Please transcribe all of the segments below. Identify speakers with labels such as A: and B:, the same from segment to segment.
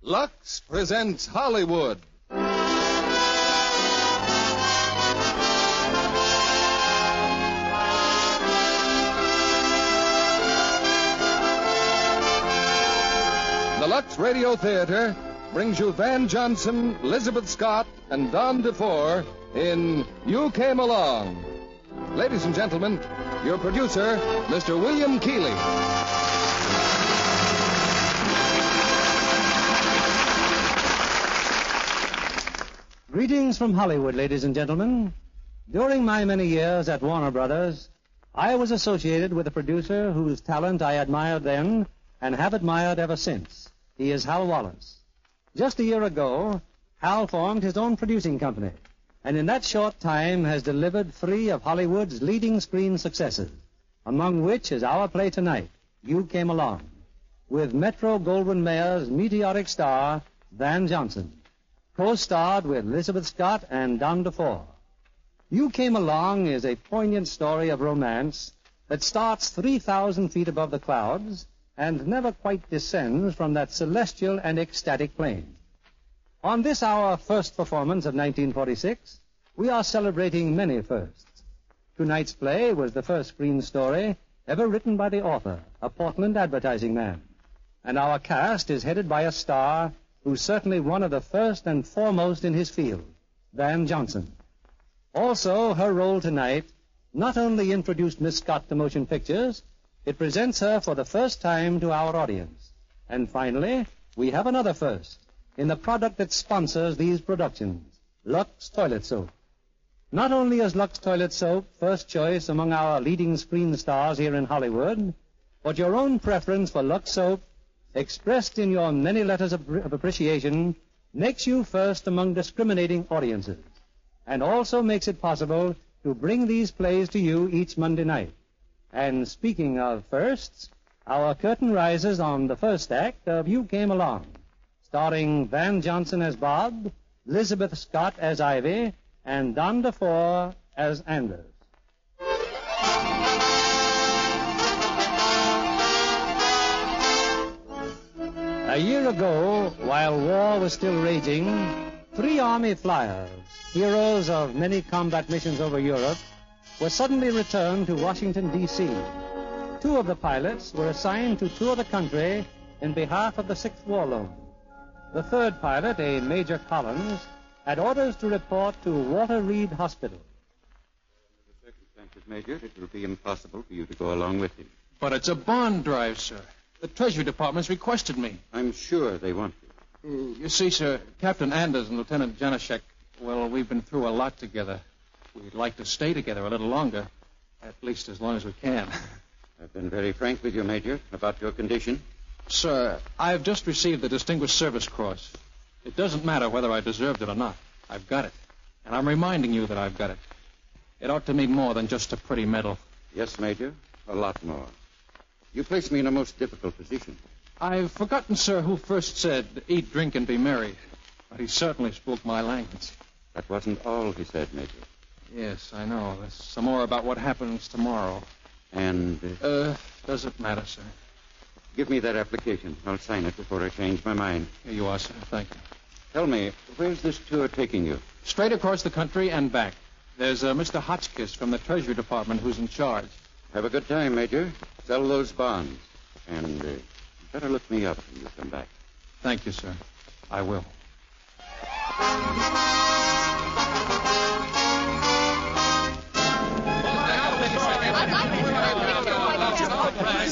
A: Lux presents Hollywood. The Lux Radio Theater brings you Van Johnson, Elizabeth Scott, and Don DeFore in You Came Along. Ladies and gentlemen, your producer, Mr. William Keeley.
B: Greetings from Hollywood, ladies and gentlemen. During my many years at Warner Brothers, I was associated with a producer whose talent I admired then and have admired ever since. He is Hal Wallace. Just a year ago, Hal formed his own producing company, and in that short time has delivered three of Hollywood's leading screen successes, among which is our play tonight, You Came Along, with Metro Goldwyn Mayer's meteoric star, Van Johnson co-starred with Elizabeth Scott and Don DeFore. You Came Along is a poignant story of romance that starts 3,000 feet above the clouds and never quite descends from that celestial and ecstatic plane. On this, our first performance of 1946, we are celebrating many firsts. Tonight's play was the first screen story ever written by the author, a Portland advertising man. And our cast is headed by a star who's certainly one of the first and foremost in his field, Van Johnson. Also, her role tonight not only introduced Miss Scott to motion pictures, it presents her for the first time to our audience. And finally, we have another first in the product that sponsors these productions, Lux Toilet Soap. Not only is Lux Toilet Soap first choice among our leading screen stars here in Hollywood, but your own preference for Lux Soap, expressed in your many letters of, of appreciation, makes you first among discriminating audiences, and also makes it possible to bring these plays to you each Monday night. And speaking of firsts, our curtain rises on the first act of You Came Along, starring Van Johnson as Bob, Elizabeth Scott as Ivy, and Don DeFore as Anders. A year ago, while war was still raging, three army flyers, heroes of many combat missions over Europe, were suddenly returned to Washington, D.C. Two of the pilots were assigned to tour the country in behalf of the Sixth War Loan. The third pilot, a Major Collins, had orders to report to Walter Reed Hospital.
C: Circumstances, Major, it will be impossible for you to go along with him.
D: But it's a bond drive, sir. The Treasury Department's requested me.
C: I'm sure they want you.
D: Mm, You see, sir, Captain Anders and Lieutenant Janashek, well, we've been through a lot together. We'd like to stay together a little longer, at least as long as we can.
C: I've been very frank with you, Major, about your condition.
D: sir, I've just received the Distinguished Service Cross. It doesn't matter whether I deserved it or not. I've got it. And I'm reminding you that I've got it. It ought to mean more than just a pretty medal.
C: Yes, Major, a lot more. You place me in a most difficult position.
D: I've forgotten, sir, who first said, eat, drink, and be merry. But he certainly spoke my language.
C: That wasn't all he said, Major.
D: Yes, I know. There's some more about what happens tomorrow.
C: And uh,
D: Uh, does it matter, sir?
C: give me that application. I'll sign it before I change my mind.
D: Here you are, sir. Thank you.
C: Tell me, where's this tour taking you?
D: Straight across the country and back. There's uh, Mr. Hotchkiss from the Treasury Department who's in charge.
C: Have a good time, Major. Sell those bonds. And uh, better look me up when you come back.
D: Thank you, sir. I will.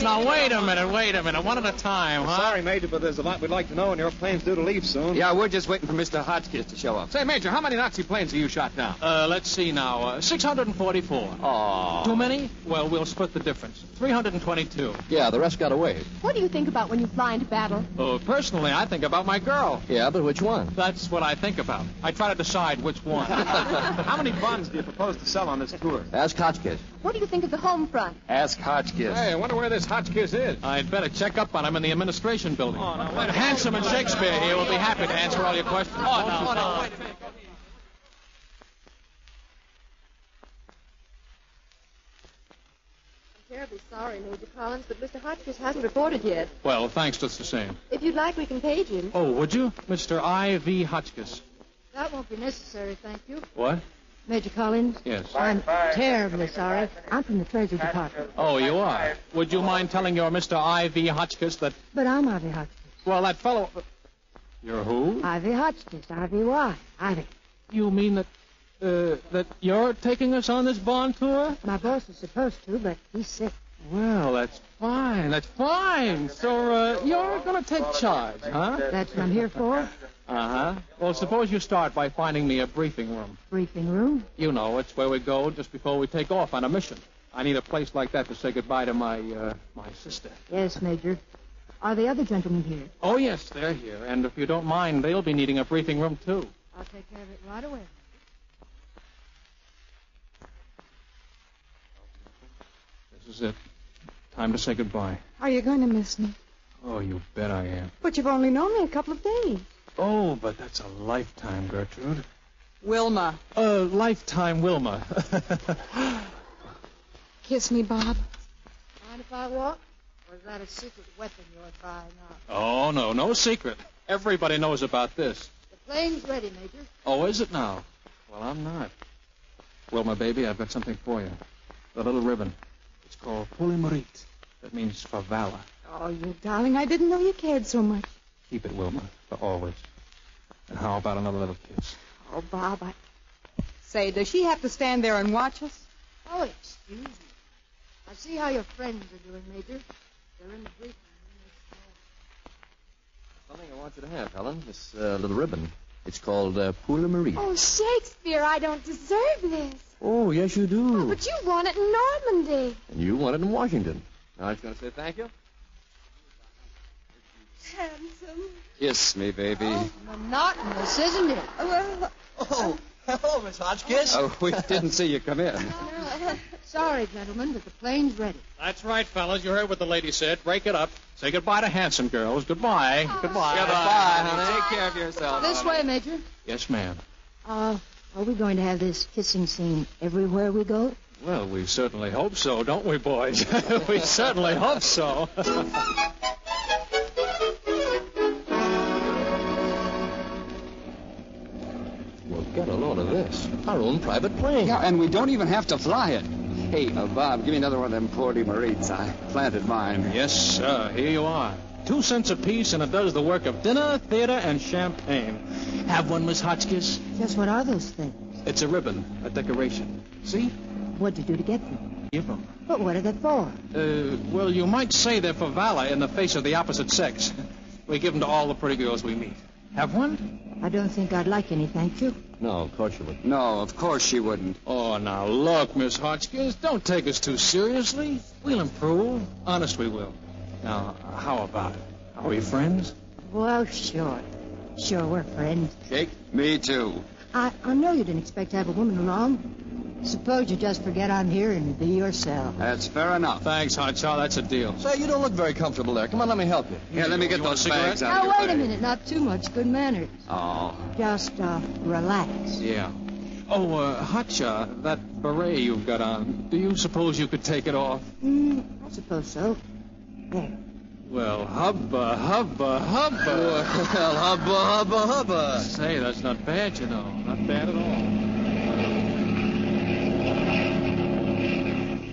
D: Now, wait a minute, wait a minute. One at a time, huh?
E: Sorry, Major, but there's a lot we'd like to know, and your plane's due to leave soon.
C: Yeah, we're just waiting for Mr. Hotchkiss to show up.
D: Say, Major, how many Nazi planes have you shot now? Uh, let's see now. Uh, 644.
C: Aw.
D: Too many? Well, we'll split the difference. 322.
A: Yeah, the rest got away.
F: What do you think about when you fly into battle?
D: Oh, personally, I think about my girl.
A: Yeah, but which one?
D: That's what I think about. I try to decide which one.
E: How many bombs do you propose to sell on this tour?
A: Ask Hotchkiss.
F: What do you think of the home front?
E: Ask Hotchkiss.
C: Hey, I wonder where this Hotchkiss is.
D: I'd better check up on him in the administration building. Oh, no, Handsome and Shakespeare here will be happy to answer all your questions. Oh, no,
F: I'm terribly sorry, Major Collins, but Mr. Hotchkiss hasn't reported yet.
D: Well, thanks just the same.
F: If you'd like, we can page him.
D: Oh, would you? Mr. I.V. Hotchkiss.
G: That won't be necessary, thank you.
D: What?
G: Major Collins?
D: Yes.
G: I'm terribly sorry. I'm from the Treasury Department.
D: Oh, you are. Would you mind telling your Mr. I.V. Hotchkiss that,
G: But I'm Ivy Hotchkiss.
D: well, that fellow. You're who?
G: Ivy Hotchkiss. I-V-Y. Ivy.
D: You mean that, uh, that you're taking us on this bond tour?
G: My boss is supposed to, but he's sick.
D: Well, that's fine. That's fine. So, uh, you're going to take charge, huh?
G: That's what I'm here for.
D: Uh huh. Well, suppose you start by finding me a briefing room.
G: Briefing room.
D: You know, it's where we go just before we take off on a mission. I need a place like that to say goodbye to my, uh, my sister.
G: Yes, Major. Are the other gentlemen here?
D: Oh, yes, they're here. And if you don't mind, they'll be needing a briefing room, too.
G: I'll take care of it right away.
D: This is it. Time to say goodbye.
H: Are you going to miss me?
D: Oh, you bet I am.
H: But you've only known me a couple of days.
D: Oh, but that's a lifetime, Gertrude.
H: Wilma.
D: A lifetime, Wilma.
H: Kiss me, Bob.
G: Mind if I walk? Or is that a secret weapon you're buying out?
D: oh, no, no secret. Everybody knows about this.
G: The plane's ready, Major.
D: Oh, is it now? Well, I'm not. Wilma, baby, I've got something for you. The little ribbon. It's called Pulimurit. That means for valor.
H: Oh, you darling, I didn't know you cared so much.
D: Keep it, Wilma, for always. And how about another little kiss?
H: Oh, Bob, I. Say, does she have to stand there and watch us?
G: Oh, excuse me. I see how your friends are doing, Major. They're in the briefing room.
A: Something I want you to have, Helen. This uh, little ribbon. It's called uh, Poula Marie.
I: Oh, Shakespeare, I don't deserve this.
A: Oh, yes, you do.
I: But you won it in Normandy.
A: And you want it in Washington. Now it's going to say thank you.
I: Handsome.
C: Kiss me, baby.
G: Monotonous, isn't it? uh,
I: Well,
E: Oh, hello, Miss Hotchkiss.
C: Oh, we didn't see you come in.
G: uh, Sorry, gentlemen, but the plane's ready.
D: That's right, fellas. You heard what the lady said. Break it up. Say goodbye to handsome girls. Goodbye. Goodbye.
C: Bye, Oh. honey. Take care of yourself.
G: This way, Major.
D: Yes, ma'am.
G: Uh, are we going to have this kissing scene everywhere we go?
D: Well, we certainly hope so, don't we, boys? we certainly hope so.
A: Well, get a load of this. Our own private plane.
C: Yeah, and we don't even have to fly it. Hey, uh, Bob, give me another one of them Porty Marines. I planted mine.
D: yes, sir. Here you are. Two cents apiece, and it does the work of dinner, theater, and champagne. Have one, Miss Hotchkiss.
G: Just what are those things?
D: It's a ribbon, a decoration. See?
G: What'd you do to get them?
D: Give 'em.
G: But what are they for?
D: Uh, well, you might say they're for valor in the face of the opposite sex. We give 'em to all the pretty girls we meet. Have one?
G: I don't think I'd like any, thank you.
A: No, of course you wouldn't.
C: No, of course she wouldn't.
D: Oh, now look, Miss Hotchkiss, don't take us too seriously. We'll improve. Honest, we will. Now, uh, how about it? Are we friends?
G: Well, sure. Sure, we're friends.
C: Jake? Me too.
G: I, I know you didn't expect to have a woman along. Suppose you just forget I'm here and be yourself.
C: That's fair enough.
D: Thanks, Hotshot. That's a deal.
A: Say, you don't look very comfortable there. Come on, let me help you.
C: Here, let me get
D: You want
C: those
D: a cigarette?
C: bags out
G: Now,
C: of your
G: wait a
C: bag.
G: minute. Not too much good manners.
C: Oh,
G: Just, uh, relax.
D: Yeah. Oh, uh, Hotshot, that beret you've got on, do you suppose you could take it off?
G: Mm, I suppose so. There.
D: Well, hubba, hubba,
A: Well,
D: hubba.
A: hubba, hubba, hubba.
D: Say, that's not bad, you know. Not bad at all.
G: And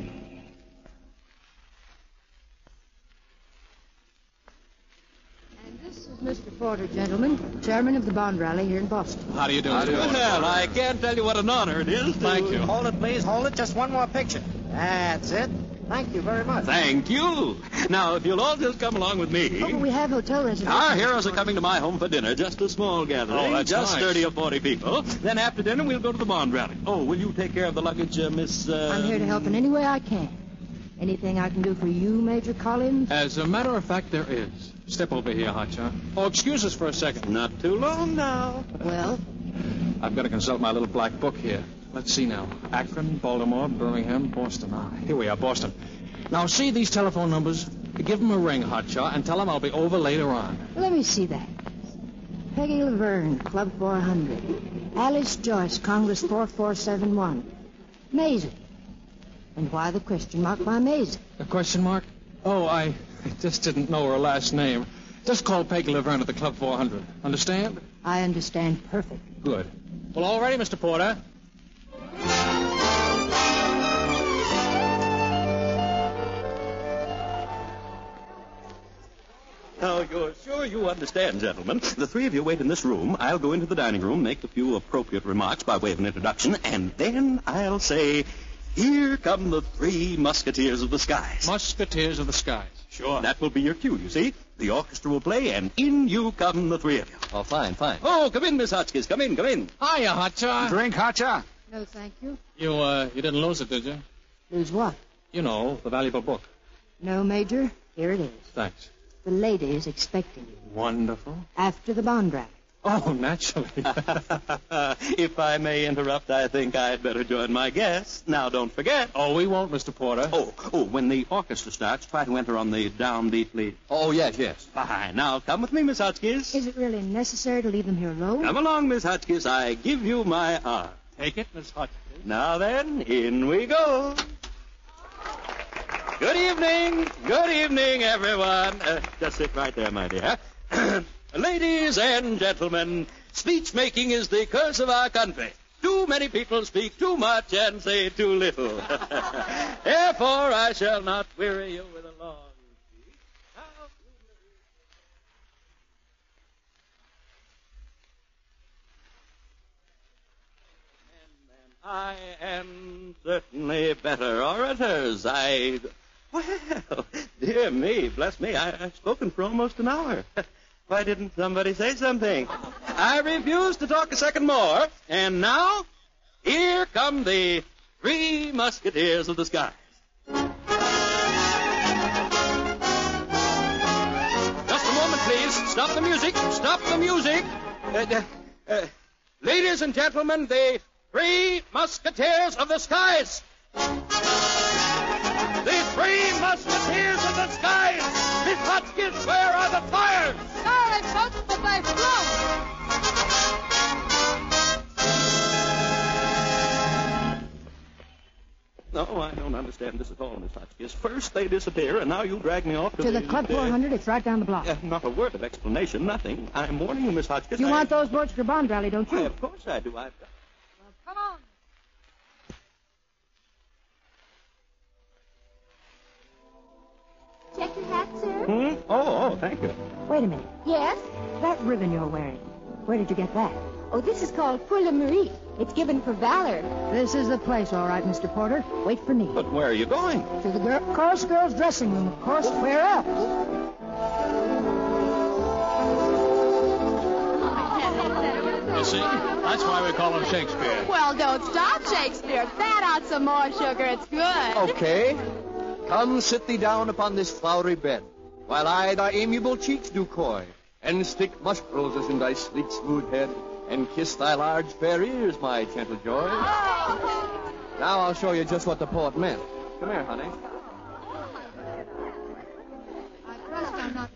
G: this is Mr. Porter, gentlemen, chairman of the bond rally here in Boston.
D: How do you do?
G: How do you do?
J: Well, I can't tell you what an honor it is. Thank you.
E: Hold it, please. Hold it. Just one more picture. That's it. Thank you very much.
J: Thank you. Now, if you'll all just come along with
G: Oh, but
J: me.
G: we have hotel reservations.
J: Our heroes are coming to my home for dinner, just a small gathering.
D: Oh, that's
J: just
D: nice.
J: 30 or 40 people. Then after dinner, we'll go to the bond rally. Oh, will you take care of the luggage, uh, Miss. Uh...
G: I'm here to help in any way I can. Anything I can do for you, Major Collins?
D: As a matter of fact, there is. Step over here, Hotshot. Oh, excuse us for a second. Not too long now.
G: Well?
D: I've got to consult my little black book here. Let's see now. Akron, Baltimore, Birmingham, Boston. Ah, here we are, Boston. Now, see these telephone numbers? Give them a ring, Hotshot, and tell them I'll be over later on.
G: Let me see that. Peggy Laverne, Club 400. Alice Joyce, Congress 4471. Maisie. And why the question mark? Why Maisie?
D: A question mark? Oh, I just didn't know her last name. Just call Peggy Laverne at the Club 400. Understand?
G: I understand perfect.
D: Good. Well, all ready, Mr. Porter.
J: Now, you're sure you understand, gentlemen. The three of you wait in this room. I'll go into the dining room, make a few appropriate remarks by way of an introduction, and then I'll say, Here come the three musketeers of the skies.
D: Musketeers of the Skies.
J: Sure. That will be your cue, you see. The orchestra will play, and in you come the three of you. Oh, fine, fine. Oh, come in, Miss Hotchkiss. Come in, come in.
D: Hiya, Hotshot. Drink, Hotshot.
G: No, thank you.
D: You, uh, you didn't lose it, did you?
G: Lose what?
D: You know, the valuable book.
G: No, Major. Here it is.
D: Thanks.
G: The lady is expecting you
D: Wonderful.
G: after the bond rally.
D: Oh, naturally.
J: if I may interrupt, I think I'd better join my guests. Now, don't forget.
D: Oh, we won't, Mr. Porter.
J: Oh, oh, when the orchestra starts, try to enter on the downbeat lead.
C: Oh, yes, yes.
J: Fine. Now, come with me, Miss Hotchkiss.
G: Is it really necessary to leave them here alone?
J: Come along, Miss Hotchkiss. I give you my arm.
D: Take it, Miss Hotchkiss.
J: Now then, in we go. Good evening. Good evening, everyone. Uh, just sit right there, my dear. Ladies and gentlemen, speech making is the curse of our country. Too many people speak too much and say too little. Therefore, I shall not weary you with a long. I am certainly better orators. I. Well, dear me, bless me, I, I've spoken for almost an hour. Why didn't somebody say something? I refuse to talk a second more. And now, here come the three musketeers of the sky. Just a moment, please. Stop the music. Stop the music. Uh, uh, uh, ladies and gentlemen, the three musketeers of the skies. The three musketeers of the skies. Miss Hotchkiss, where are the fires?
I: Sorry, folks, but they float.
J: No, I don't understand this at all, Miss Hotchkiss. First they disappear, and now you drag me off to,
G: To the Club 400, it's right down the block.
J: Uh, not a word of explanation, nothing. I'm warning you, Miss Hotchkiss.
G: You
J: I-
G: want those boards for your bond rally, don't
J: Why,
G: you?
J: of course I do. I've got...
I: Come on. Check your hat, sir.
J: Hmm? Oh, oh, thank you.
G: Wait a minute.
I: Yes?
G: That ribbon you're wearing, where did you get that?
I: Oh, this is called Pour le Mérite. It's given for valor.
G: This is the place, all right, Mr. Porter. Wait for me.
J: But where are you going?
G: To the girl, chorus girls' dressing room, of course. Where else?
D: You see? That's why we call him Shakespeare.
I: Well, don't stop, Shakespeare. Fat out some more sugar. It's good.
C: Okay. Come sit thee down upon this flowery bed, while I thy amiable cheeks do coy, and stick musk roses in thy sleek smooth head, and kiss thy large fair ears, my gentle joy. Now I'll show you just what the poet meant. Come here, honey.
G: I trust I'm not.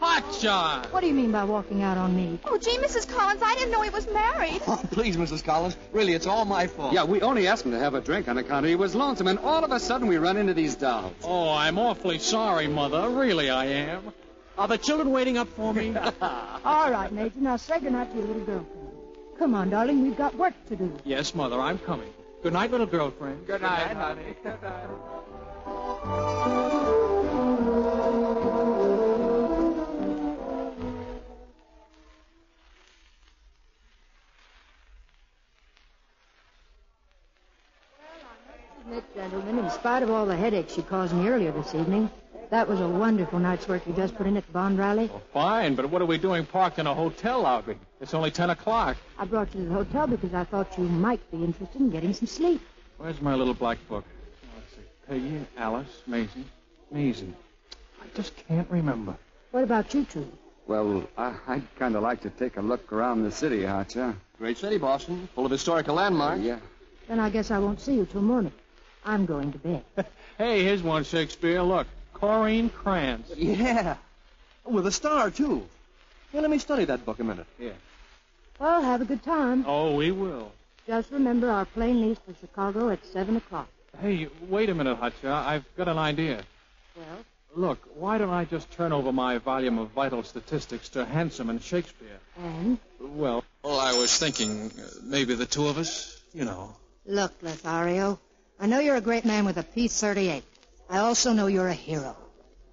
D: Hotshot!
G: What do you mean by walking out on me?
I: Oh, gee, Mrs. Collins, I didn't know he was married.
C: Oh, please, Mrs. Collins. Really, it's all my fault.
A: Yeah, we only asked him to have a drink on account of he was lonesome, and all of a sudden we run into these dolls.
D: Oh, I'm awfully sorry, Mother. Really, I am. Are the children waiting up for me?
G: All right, Major, now say goodnight to your little girlfriend. Come on, darling, we've got work to do.
D: yes, Mother, I'm coming. Good night, little girlfriend.
C: Good night, honey.
G: spite of all the headaches she caused me earlier this evening, that was a wonderful night's work you just put in at the bond rally.
D: Fine, but what are we doing parked in a hotel lobby? It's only 10 o'clock.
G: I brought you to the hotel because I thought you might be interested in getting some sleep.
D: Where's my little black book? Let's see. Peggy, Alice, Maisie. Maisie. I just can't remember.
G: What about you two?
K: Well, I, I'd kind of like to take a look around the city, Hotcha.
C: Great city, Boston. Full of historical landmarks.
K: yeah.
G: Then I guess I won't see you till morning. I'm going to bed.
D: Hey, here's one, Shakespeare. Look. Corrine Krantz.
C: Yeah. With a star, too. Here, let me study that book a minute. Yeah.
G: Well, have a good time.
D: Oh, we will.
G: Just remember our plane leaves for Chicago at 7 o'clock.
D: Hey, wait a minute, Hutcha. I've got an idea.
G: Well?
D: Look, why don't I just turn over my volume of vital statistics to Handsome and Shakespeare?
G: And?
D: Well, well, I was thinking uh, maybe the two of us, you know.
G: Look, Lothario, I know you're a great man with a P-38. I also know you're a hero.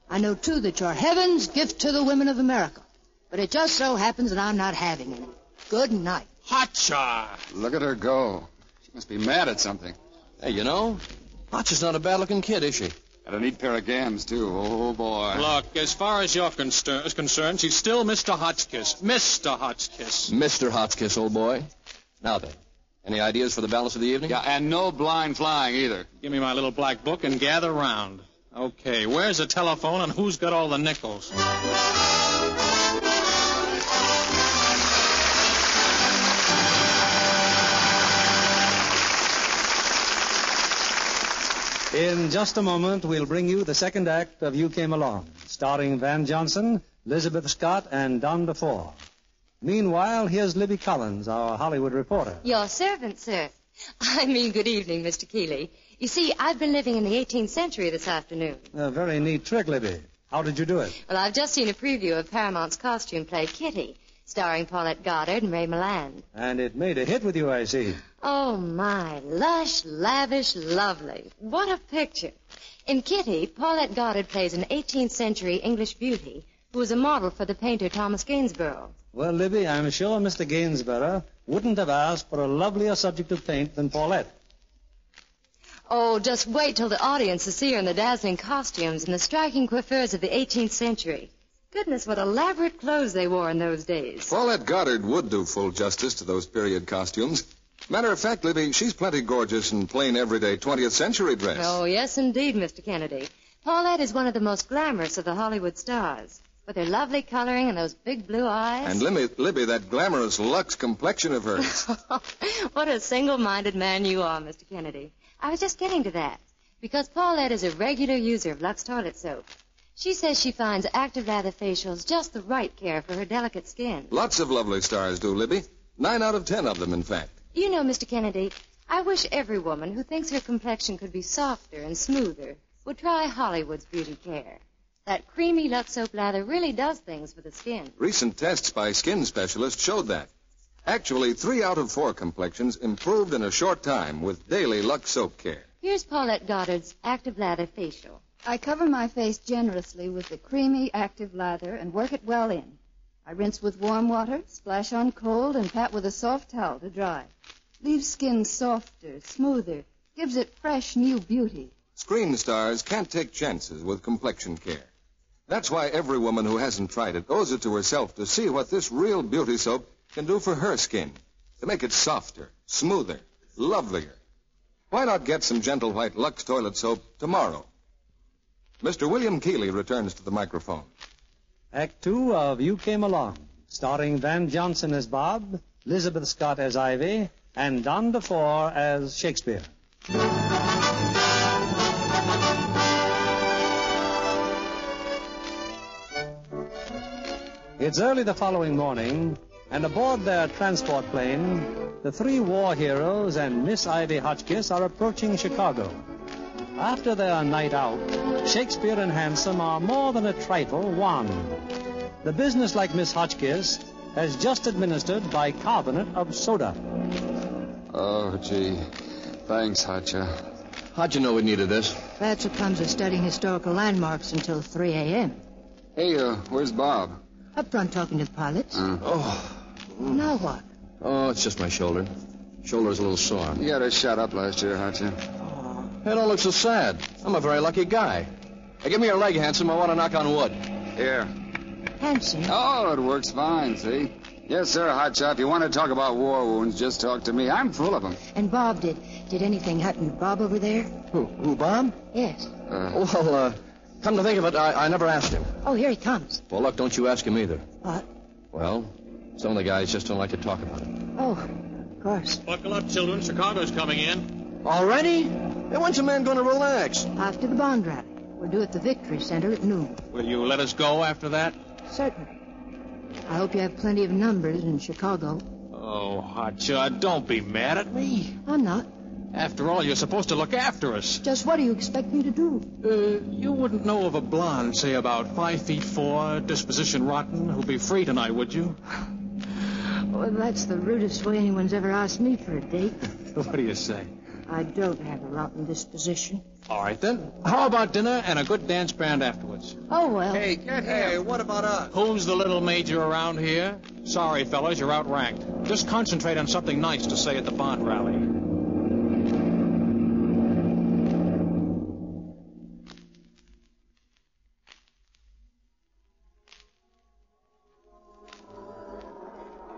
G: I know, too, that you're heaven's gift to the women of America. But it just so happens that I'm not having any. Good night.
K: Hotcha! Look at her go. She must be mad at something.
C: Hey, you know, Hotcha's not a bad-looking kid, is she?
K: And a neat pair of gams, too. Oh, boy.
D: Look, as far as you're conster- is concerned, she's still Mr. Hotchkiss. Mr. Hotchkiss.
C: Mr. Hotchkiss, old boy. Now then, any ideas for the balance of the evening?
K: Yeah, and no blind flying either.
D: Give me my little black book and gather round. Okay, where's the telephone and who's got all the nickels?
B: In just a moment, we'll bring you the second act of You Came Along, starring Van Johnson, Elizabeth Scott, and Don DeFore. Meanwhile, here's Libby Collins, our Hollywood reporter.
L: Your servant, sir. I mean, good evening, Mr. Keeley. You see, I've been living in the 18th century this afternoon.
B: A very neat trick, Libby. How did you do it?
L: Well, I've just seen a preview of Paramount's costume play, Kitty, starring Paulette Goddard and Ray Milland.
B: And it made a hit with you, I see.
L: Oh, my. Lush, lavish, lovely. What a picture. In Kitty, Paulette Goddard plays an 18th century English beauty who was a model for the painter Thomas Gainsborough.
B: Well, Libby, I'm sure Mr. Gainsborough wouldn't have asked for a lovelier subject to paint than Paulette.
L: Oh, just wait till the audience to see her in the dazzling costumes and the striking coiffures of the 18th century. Goodness, what elaborate clothes they wore in those days.
A: Paulette Goddard would do full justice to those period costumes. Matter of fact, Libby, she's plenty gorgeous in plain everyday 20th century dress.
L: Oh, yes, indeed, Mr. Kennedy. Paulette is one of the most glamorous of the Hollywood stars. With her lovely coloring and those big blue eyes.
A: And Libby, Libby, that glamorous Lux complexion of hers.
L: what a single minded man you are, Mr. Kennedy. I was just getting to that. Because Paulette is a regular user of Lux toilet soap. She says she finds active lather facials just the right care for her delicate skin.
A: Lots of lovely stars do, Libby. Nine out of ten of them, in fact.
L: You know, Mr. Kennedy, I wish every woman who thinks her complexion could be softer and smoother would try Hollywood's beauty care. That creamy Lux soap lather really does things for the skin.
A: Recent tests by skin specialists showed that. Actually, three out of four complexions improved in a short time with daily Lux soap care.
L: Here's Paulette Goddard's active lather facial.
M: I cover my face generously with the creamy active lather and work it well in. I rinse with warm water, splash on cold, and pat with a soft towel to dry. Leaves skin softer, smoother, gives it fresh new beauty.
A: Screen stars can't take chances with complexion care. That's why every woman who hasn't tried it owes it to herself to see what this real beauty soap can do for her skin to make it softer, smoother, lovelier. Why not get some gentle white Lux toilet soap tomorrow? Mr. William Keeley returns to the microphone.
B: Act two of You Came Along, starring Van Johnson as Bob, Elizabeth Scott as Ivy, and Don DeFore as Shakespeare. It's early the following morning, and aboard their transport plane, the three war heroes and Miss Ivy Hotchkiss are approaching Chicago. After their night out, Shakespeare and Handsome are more than a trifle wan. The businesslike Miss Hotchkiss has just administered bicarbonate of soda.
K: Oh, gee. Thanks, Hotcha.
C: How'd you know we needed this?
G: That's what comes of studying historical landmarks until 3 a.m.
K: Hey, uh, where's Bob? Uh.
G: Up front talking to the pilots.
C: Oh,
G: Now what?
C: oh, it's just my shoulder. Shoulder's a little sore.
K: You got us shot up last year, Hotcha.
C: It all looks so sad. I'm a very lucky guy. Hey, give me your leg, handsome. I want to knock on wood.
K: Here.
G: Handsome.
K: Oh, it works fine, see? Yes, sir, Hotshot. If you want to talk about war wounds, just talk to me. I'm full of them.
G: And Bob did. Did anything happen to Bob over there?
C: Who, who Bob?
G: Yes.
C: Well, uh, come to think of it, I, I never asked him.
G: Oh, here he comes.
C: Well, look, don't you ask him either.
G: What?
C: Well, some of the guys just don't like to talk about it.
G: Oh, of course.
D: Buckle up, children. Chicago's coming in.
C: Already? Hey, when's a man going to relax?
G: After the bond rally. We're due at the Victory Center at noon.
D: Will you let us go after that?
G: Certainly. I hope you have plenty of numbers in Chicago.
D: Oh, Hotshot, don't be mad at me.
G: I'm not.
D: After all, you're supposed to look after us.
G: Just what do you expect me to do?
D: Uh, you wouldn't know of a blonde, say about five feet four, disposition rotten, who'll be free tonight, would you?
C: Uh,
G: Well, that's the rudest way anyone's ever asked me for a date.
D: what do you say?
G: I don't have a rotten disposition.
D: All right, then. How about dinner and a good dance band afterwards?
G: Oh, well.
E: Hey, get
D: Hey,
E: him. what about us?
D: Who's the little major around here? Sorry, fellas, you're outranked. Just concentrate on something nice to say at the bond rally.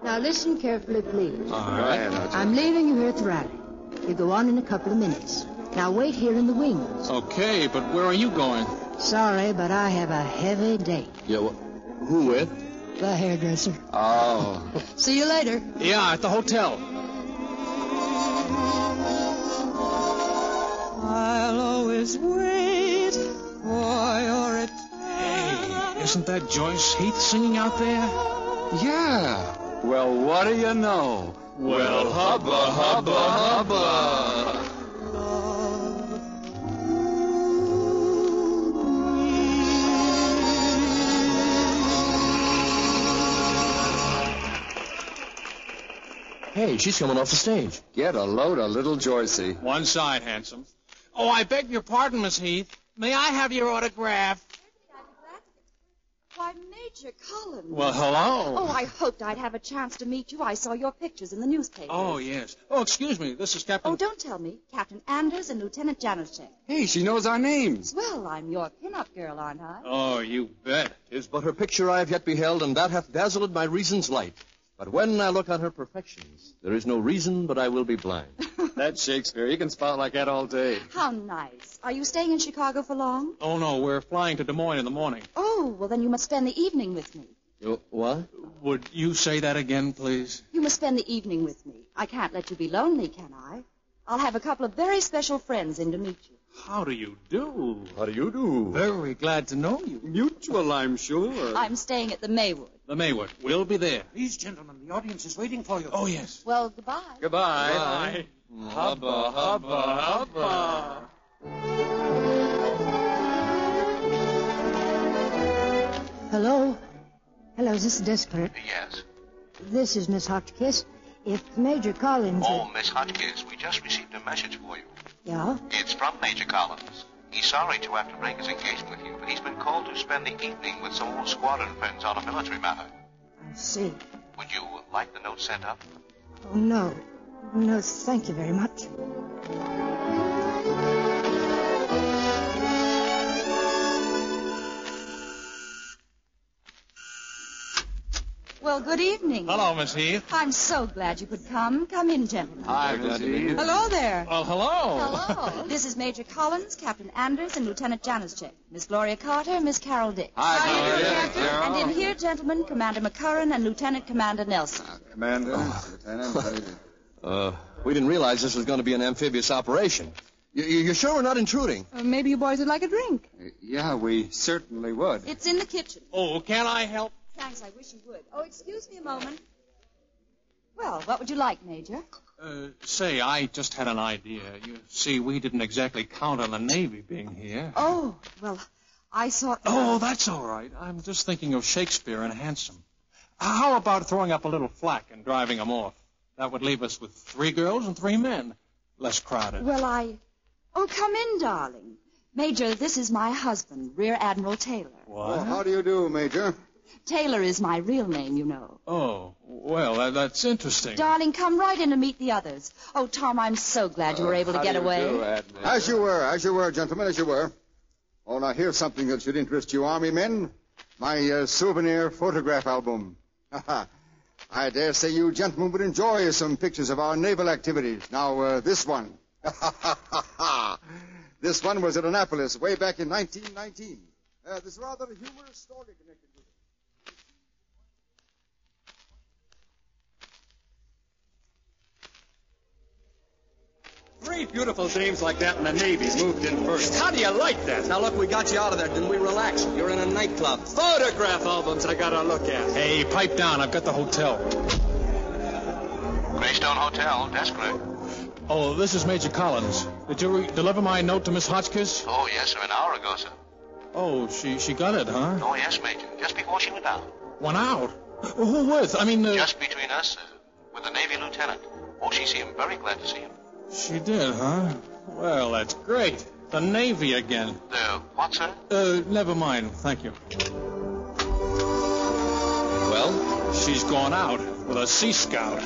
M: Now listen carefully, please.
D: All right.
G: I'm leaving you here at the rally. You go on in a couple of minutes. Now wait here in the wings.
D: Okay, but where are you going?
G: Sorry, but I have a heavy date.
D: Yeah, who with?
G: The hairdresser.
D: Oh.
G: See you later.
D: Yeah, at the hotel.
N: I'll always wait for your return.
D: Isn't that Joyce Heath singing out there?
C: Yeah. Well, what do you know? Well, hubba, hubba, hubba. Hey, she's coming off the stage.
K: Get a load of little Joycey.
D: One side, handsome. Oh, I beg your pardon, Miss Heath. May I have your autograph?
I: Why, Major Collins.
D: Well, hello.
I: Oh, I hoped I'd have a chance to meet you. I saw your pictures in the newspaper.
D: Oh, yes. Oh, excuse me. This is Captain.
I: Oh, don't tell me. Captain Anders and Lieutenant Janacek.
K: Hey, she knows our names.
I: Well, I'm your pin-up girl, aren't I?
D: Oh, you bet.
C: Tis but her picture I have yet beheld, and that hath dazzled my reason's light. But when I look on her perfections, there is no reason but I will be blind.
K: That's Shakespeare. You can spout like that all day.
I: How nice. Are you staying in Chicago for long?
D: Oh, no. We're flying to Des Moines in the morning.
I: Oh, well, then you must spend the evening with me.
D: what? Would you say that again, please?
I: You must spend the evening with me. I can't let you be lonely, can I? I'll have a couple of very special friends in to meet you.
D: How do you do?
C: How do you do?
D: Very glad to know you.
J: Mutual, I'm sure.
I: I'm staying at the Maywood.
D: The Maywood. We'll be there.
E: Please, gentlemen, the audience is waiting for you.
D: Oh, yes.
I: Well, goodbye.
J: Goodbye.
C: Hubba, hubba, hubba.
G: Hello? Hello, is this desperate?
O: Yes.
G: This is Miss Hotchkiss. If Major Collins.
O: Oh, Miss Hotchkiss, we just received a message for you.
G: Yeah?
O: It's from Major Collins. He's sorry to have to break his engagement with you, but he's been called to spend the evening with some old squadron friends on a military matter.
G: I see.
O: Would you like the note sent up?
G: Oh, no. No, thank you very much.
I: Well, good evening.
D: Hello, Miss Heath.
I: I'm so glad you could come. Come in, gentlemen.
D: Hi, Miss Heath.
I: Hello there.
D: Well, hello.
I: Hello. Oh, this is Major Collins, Captain Anders, and Lieutenant Janicek. Miss Gloria Carter, Miss Carol Dick.
K: Hi,
I: How you
K: Gloria.
I: doing, Captain?
K: Carol.
I: And in here, gentlemen, Commander McCurran and Lieutenant Commander Nelson.
K: Commander, Lieutenant,
C: Uh, we didn't realize this was going to be an amphibious operation. You, you, you sure we're not intruding?
H: Uh, maybe you boys would like a drink.
K: Yeah, we certainly would.
I: It's in the kitchen.
D: Oh, can I help?
I: Thanks, I wish you would. Oh, excuse me a moment. Well, what would you like, Major?
D: Uh, say, I just had an idea. You see, we didn't exactly count on the Navy being here.
I: Oh, well, I saw.
D: Oh, that's all right. I'm just thinking of Shakespeare and Handsome. How about throwing up a little flack and driving 'em off? That would leave us with three girls and three men. Less crowded.
I: Well, I. Oh, come in, darling. Major, this is my husband, Rear Admiral Taylor.
D: What?
C: Oh,
K: how do you do, Major?
I: Taylor is my real name, you know.
D: Oh, well, that, that's interesting.
I: Darling, come right in and meet the others. Oh, Tom, I'm so glad you were able to
K: Uh, How
I: get
K: do you
I: away.
K: do, Admiral? as you were, as you were, gentlemen, as you were. Oh, now here's something that should interest you, Army men. My uh, souvenir photograph album. I dare say you gentlemen would enjoy some pictures of our naval activities. Now, uh, this one. this one was at Annapolis way back in 1919. Uh, there's rather a humorous story connected with it.
J: Three beautiful names like that and the Navy's moved in first. How do you like that? Now look, we got you out of there, didn't we? Relax. You're in a nightclub. Photograph albums I gotta look at.
D: Hey, pipe down. I've got the hotel.
O: Greystone Hotel, desk clerk.
D: Oh, this is Major Collins. Did you re- deliver my note to Miss Hotchkiss?
O: Oh, yes, sir, an hour ago, sir.
D: Oh, she she got it, huh?
O: Oh, yes, Major. Just before she went out.
D: One out. Who with? I mean, uh,
O: Just between us, sir. With the Navy lieutenant. Oh, she seemed very glad to see him.
D: she did, huh? Well, that's great. The Navy again.
O: The what, sir?
D: Uh, never mind. Thank you. Well, she's gone out with a Sea Scout.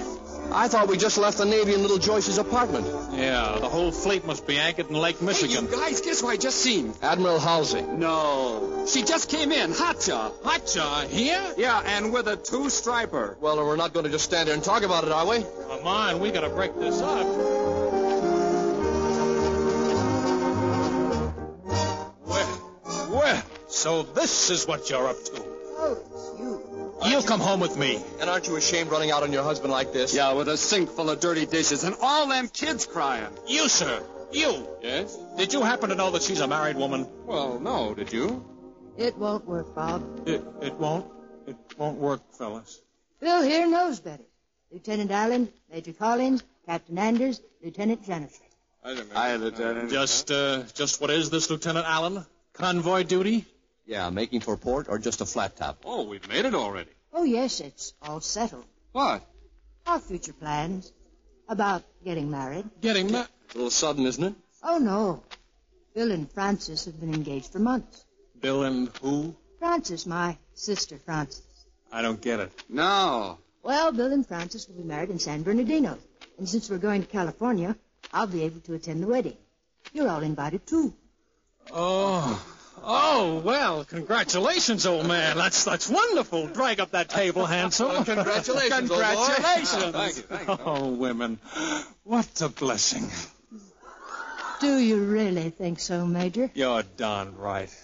C: I thought we just left the Navy in little Joyce's apartment.
D: Yeah, the whole fleet must be anchored in Lake Michigan.
J: Guys, guess who I just seen?
C: Admiral Halsey.
J: No. She just came in, hotcha. Hotcha, here? Yeah, and with a two-striper.
C: Well, we're not going to just stand here and talk about it, are we?
D: Come on, we gotta break this up. Well, well, so this is what you're up to. You come home with me.
C: And aren't you ashamed running out on your husband like this?
J: Yeah, with a sink full of dirty dishes and all them kids crying.
D: You, sir. You.
J: Yes?
D: Did you happen to know that she's a married woman?
J: Well, no, did you?
G: It won't work, Bob.
D: It, it won't. It won't work, fellas.
G: Bill here knows better. Lieutenant Allen, Major Collins, Captain Anders, Lieutenant Jennifrey.
J: Aye, Lieutenant.
D: Just, uh, just what is this, Lieutenant Allen? Convoy duty?
C: Yeah, making for port or just a flat top.
J: Oh, we've made it already.
G: Oh, yes, it's all settled.
J: What?
G: Our future plans about getting married.
D: Getting that?
C: A little sudden, isn't it?
G: Oh, no. Bill and Frances have been engaged for months.
D: Bill and who?
G: Frances, my sister Frances.
D: I don't get it.
J: No.
G: Well, Bill and Frances will be married in San Bernardino. And since we're going to California, I'll be able to attend the wedding. You're all invited, too.
D: Oh. Oh, well, congratulations, old man. That's that's wonderful. Drag up that table, Hansel.
C: Well, congratulations, old boy.
D: Congratulations.
C: Thank you, thank
D: Oh, women. What a blessing.
G: Do you really think so, Major?
D: You're darn right.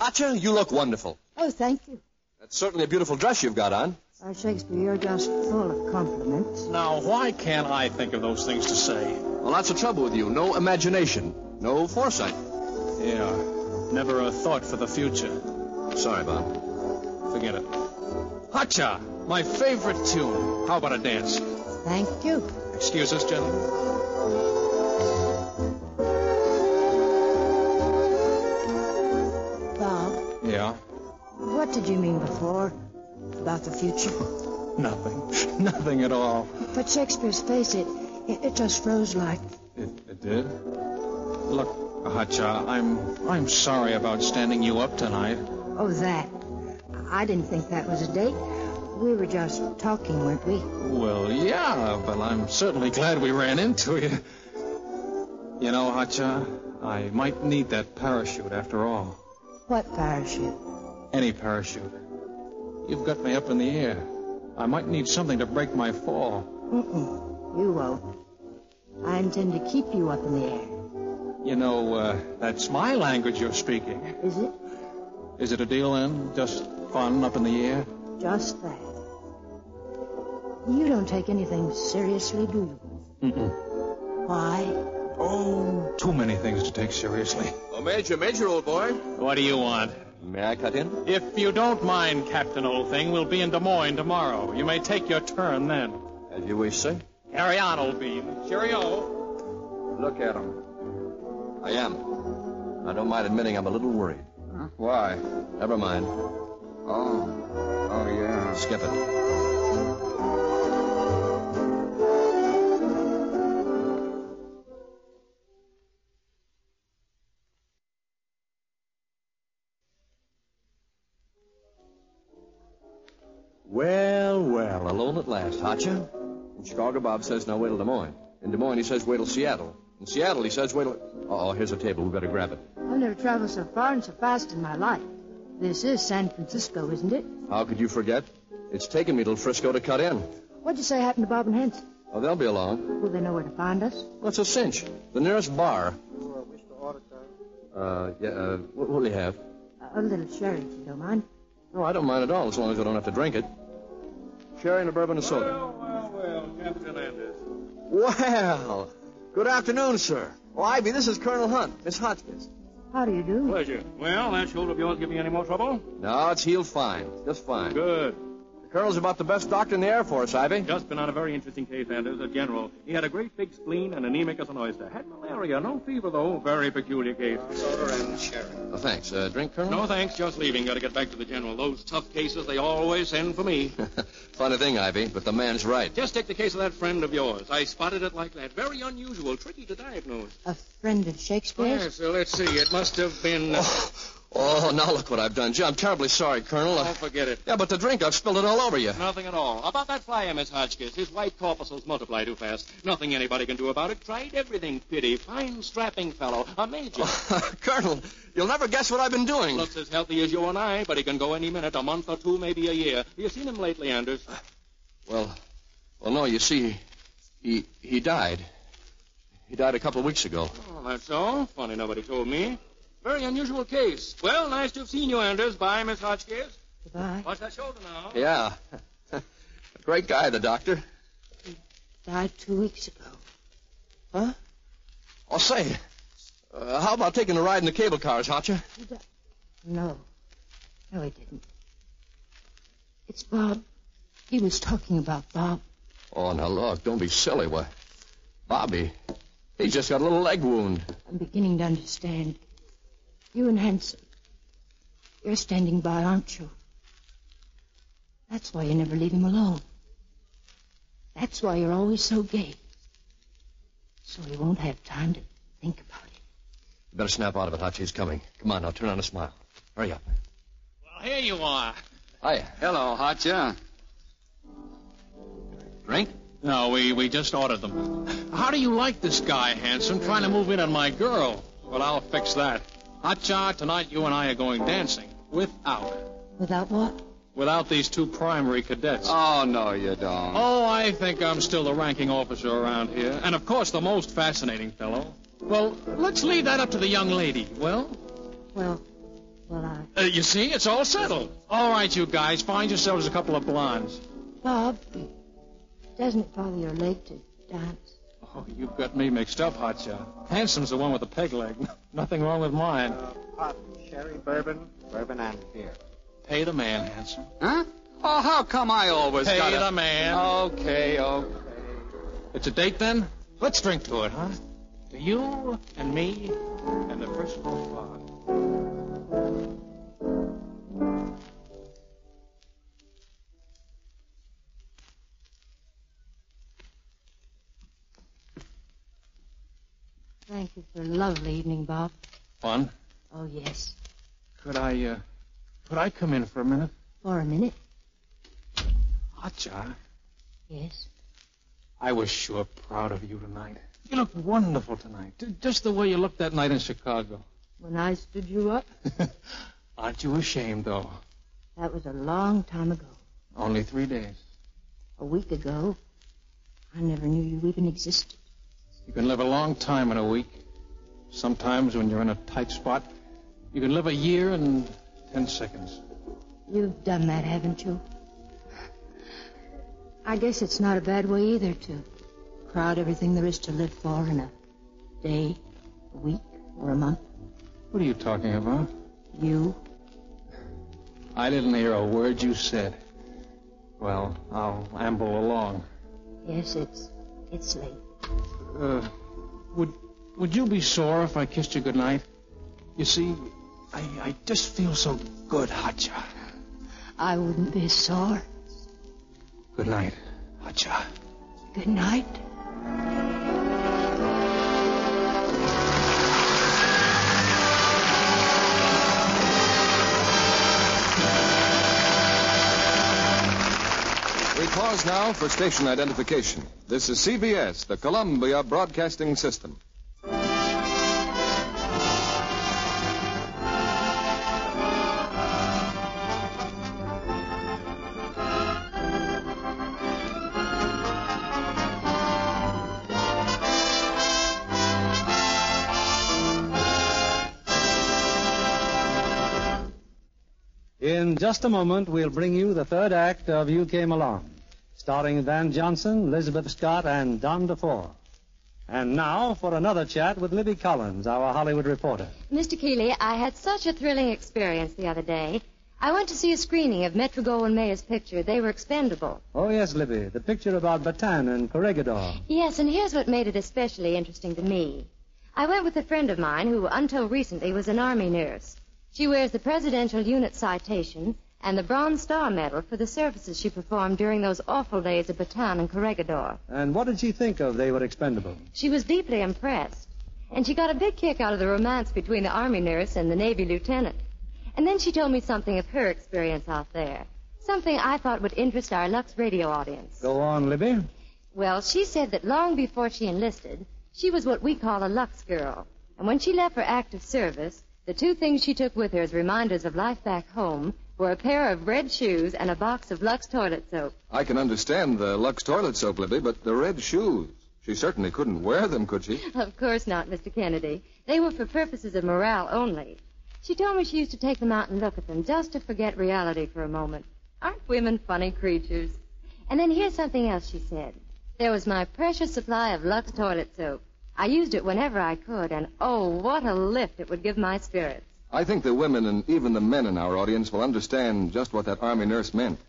C: Acha, you look wonderful.
G: Oh, thank you.
C: That's certainly a beautiful dress you've got on.
G: Why, Shakespeare, you're just full of compliments.
D: Now, why can't I think of those things to say?
C: Well, that's the trouble with you. No imagination. No foresight.
D: Yeah. Never a thought for the future.
C: Sorry, Bob.
D: Forget it. Hacha, my favorite tune. How about a dance?
G: Thank you.
D: Excuse us, gentlemen.
G: Bob,
D: Yeah.
G: what did you mean before about the future?
D: Nothing. Nothing at all.
G: But Shakespeare's face, it, it, it just froze like.
D: It, it did? Look, Hacha, I'm I'm sorry about standing you up tonight.
G: Oh, that. I didn't think that was a date. We were just talking, weren't we?
D: Well, yeah, but I'm certainly glad we ran into you. You know, Hacha, I might need that parachute after all.
G: What parachute?
D: Any parachute. You've got me up in the air. I might need something to break my fall.
G: Mm-mm. You won't. I intend to keep you up in the air.
D: You know, uh, that's my language you're speaking.
G: Is it
D: Is it a deal then? Just fun up in the air?
G: just that? You don't take anything seriously, do you?
D: Mm-mm.
G: Why?
D: Oh, too many things to take seriously.
C: Oh, Major, Major, old boy.
D: What do you want?
C: May I cut in?
D: If you don't mind, Captain Old Thing, we'll be in Des Moines tomorrow. You may take your turn then.
C: As you wish, sir.
D: Carry on, Old Bean. Cheerio.
K: Look at him.
C: I am. I don't mind admitting I'm a little worried.
K: Huh? Why?
C: Never mind.
K: Oh. Oh, yeah.
C: Skip it.
B: Well, well.
C: Alone at last, hotcha? In Chicago, Bob says, now wait till Des Moines. In Des Moines, he says, wait till Seattle. In Seattle, he says, wait till... Oh, here's a table. We better grab it.
G: I've never traveled so far and so fast in my life. This is San Francisco, isn't it?
C: How could you forget? It's taken me till Frisco to cut in.
G: What'd you say happened to Bob and Henson?
C: Oh, they'll be along.
G: Will they know where to find us?
C: Well, it's a cinch. The nearest bar. Uh, yeah, uh, what will you have?
G: A little sherry, if you don't mind.
C: No, I don't mind at all, as long as I don't have to drink it. Sherry and a bourbon and soda.
P: Well, good afternoon, sir. Oh, Ivy, this is Colonel Hunt, Miss Hotchkiss.
G: How do you do?
J: Pleasure. Well, that shoulder of yours give me any more trouble?
C: No, it's healed fine. Just fine.
J: Good.
C: The Colonel's about the best doctor in the Air Force, Ivy.
J: Just been on a very interesting case, Anders, a general. He had a great big spleen and anemic as an oyster. Had malaria, no fever, though. Very peculiar case.
C: Soda and sherry. Oh, thanks. Uh, drink, Colonel?
J: No thanks, just leaving. Got to get back to the general. Those tough cases, they always send for me.
C: Funny thing, Ivy, but the man's right.
J: Just take the case of that friend of yours. I spotted it like that. Very unusual, tricky to diagnose.
G: A friend of Shakespeare's?
J: Yes, so let's see. It must have been. Oh,
C: Oh, now look what I've done. Gee, I'm terribly sorry, Colonel. I-
J: forget it.
C: Yeah, but the drink, I've spilled it all over you.
J: Nothing at all. About that flyer, Miss Hotchkiss, his white corpuscles multiply too fast. Nothing anybody can do about it. Tried everything. Pity. Fine, strapping fellow. A major.
C: Colonel, you'll never guess what I've been doing.
J: Looks as healthy as you and I, but he can go any minute, a month or two, maybe a year. You seen him lately, Anders?
C: Uh, Well, well, no, you see, he he died. He died a couple of weeks ago.
J: Oh, that's so. Funny nobody told me. Very unusual case. Well, nice to have seen you, Anders. Bye, Miss Hotchkiss.
G: Goodbye.
J: Watch that shoulder now.
C: Yeah. Great guy, the doctor.
G: Died two weeks ago.
C: Huh? Oh, say, uh, how about taking a ride in the cable cars, Hotcha?
G: No. No, he didn't. It's Bob. He was talking about Bob.
C: Oh, now look, don't be silly. Why, Bobby, he's just got a little leg wound.
G: I'm beginning to understand. You and Hanson. You're standing by, aren't you? That's why you never leave him alone. That's why you're always so gay. So he won't have time to think about it.
C: You better snap out of it, Hotcha. He's coming. Come on now, turn on a smile. Hurry up.
J: Well, here you are.
C: Hi.
P: Hello, Hotcha.
C: Drink?
D: No, we, we just ordered them. How do you like this guy, Hanson, trying to move in on my girl? Well, I'll fix that. Hotcha, tonight you and I are going dancing. Without.
G: Without what?
D: Without these two primary cadets.
P: Oh, no, you don't.
D: Oh, I think I'm still the ranking officer around here. And of course, the most fascinating fellow. Well, let's leave that up to the young lady. Well?
G: Well, well, I.
D: Uh, you see, it's all settled. All right, you guys, find yourselves a couple of blondes.
G: Bob, doesn't it bother your leg to dance?
D: Oh, you've got me mixed up, Hotshot. Handsome's the one with the peg leg. Nothing wrong with mine.
B: Pop, Uh, sherry, bourbon, bourbon and beer.
D: Pay the man, Handsome.
P: Huh? Oh, how come I always
D: Pay
P: gotta...
D: the man.
P: Okay, okay.
D: It's a date then? Let's drink to it, huh? To you and me and the Frisco Fog.
G: Thank you for a lovely evening, Bob.
D: Fun.
G: Oh, yes.
D: Could I, uh, could I come in for a minute?
G: For a minute.
D: Hotshot,
G: Yes.
D: I was sure proud of you tonight. You looked wonderful tonight. Ju- Just the way you looked that night in Chicago.
G: When I stood you up,
D: Aren't you ashamed, though?
G: that was a long time ago.
D: Only three days.
G: A week ago. I never knew you even existed.
D: You can live a long time in a week. Sometimes, when you're in a tight spot, you can live a year and ten seconds.
G: You've done that, haven't you? I guess it's not a bad way either to crowd everything there is to live for in a day, a week, or a month.
D: What are you talking about?
G: You,
D: I didn't hear a word you said. Well, I'll amble along.
G: yes, it's it's late.
D: Uh, would would you be sore if I kissed you goodnight? You see, I, I just feel so good, Hotcha.
G: I wouldn't be sore.
D: Good night, Hotcha.
G: Good night.
C: We call
A: Pause now for station identification. This is CBS, the Columbia Broadcasting System.
B: In just a moment, we'll bring you the third act of You Came Along, starring Van Johnson, Elizabeth Scott, and Don DeFore. And now for another chat with Libby Collins, our Hollywood reporter.
L: Mr. Keeley, I had such a thrilling experience the other day. I went to see a screening of Metro Goldwyn Mayer's picture, They Were Expendable.
B: Oh, yes, Libby, the picture about Bataan and Corregidor.
L: Yes, and here's what made it especially interesting to me. I went with a friend of mine who, until recently, was an Army nurse. She wears the Presidential Unit Citation and the Bronze Star Medal for the services she performed during those awful days at Bataan and Corregidor.
B: And what did she think of They Were Expendable?
L: She was deeply impressed, and she got a big kick out of the romance between the Army nurse and the Navy lieutenant. And then she told me something of her experience out there, something I thought would interest our Lux radio audience.
B: Go on, Libby.
L: Well, she said that long before she enlisted, she was what we call a Lux girl. And when she left for active service, the two things she took with her as reminders of life back home were a pair of red shoes and a box of Lux toilet soap.
A: I can understand the Lux toilet soap, Libby, but the red shoes. She certainly couldn't wear them, could she?
L: Of course not, Mr. Kennedy. They were for purposes of morale only. She told me she used to take them out and look at them just to forget reality for a moment. Aren't women funny creatures? And then here's something else she said. There was my precious supply of Lux toilet soap. I used it whenever I could, and oh, what a lift it would give my spirits.
A: I think the women and even the men in our audience will understand just what that Army nurse meant.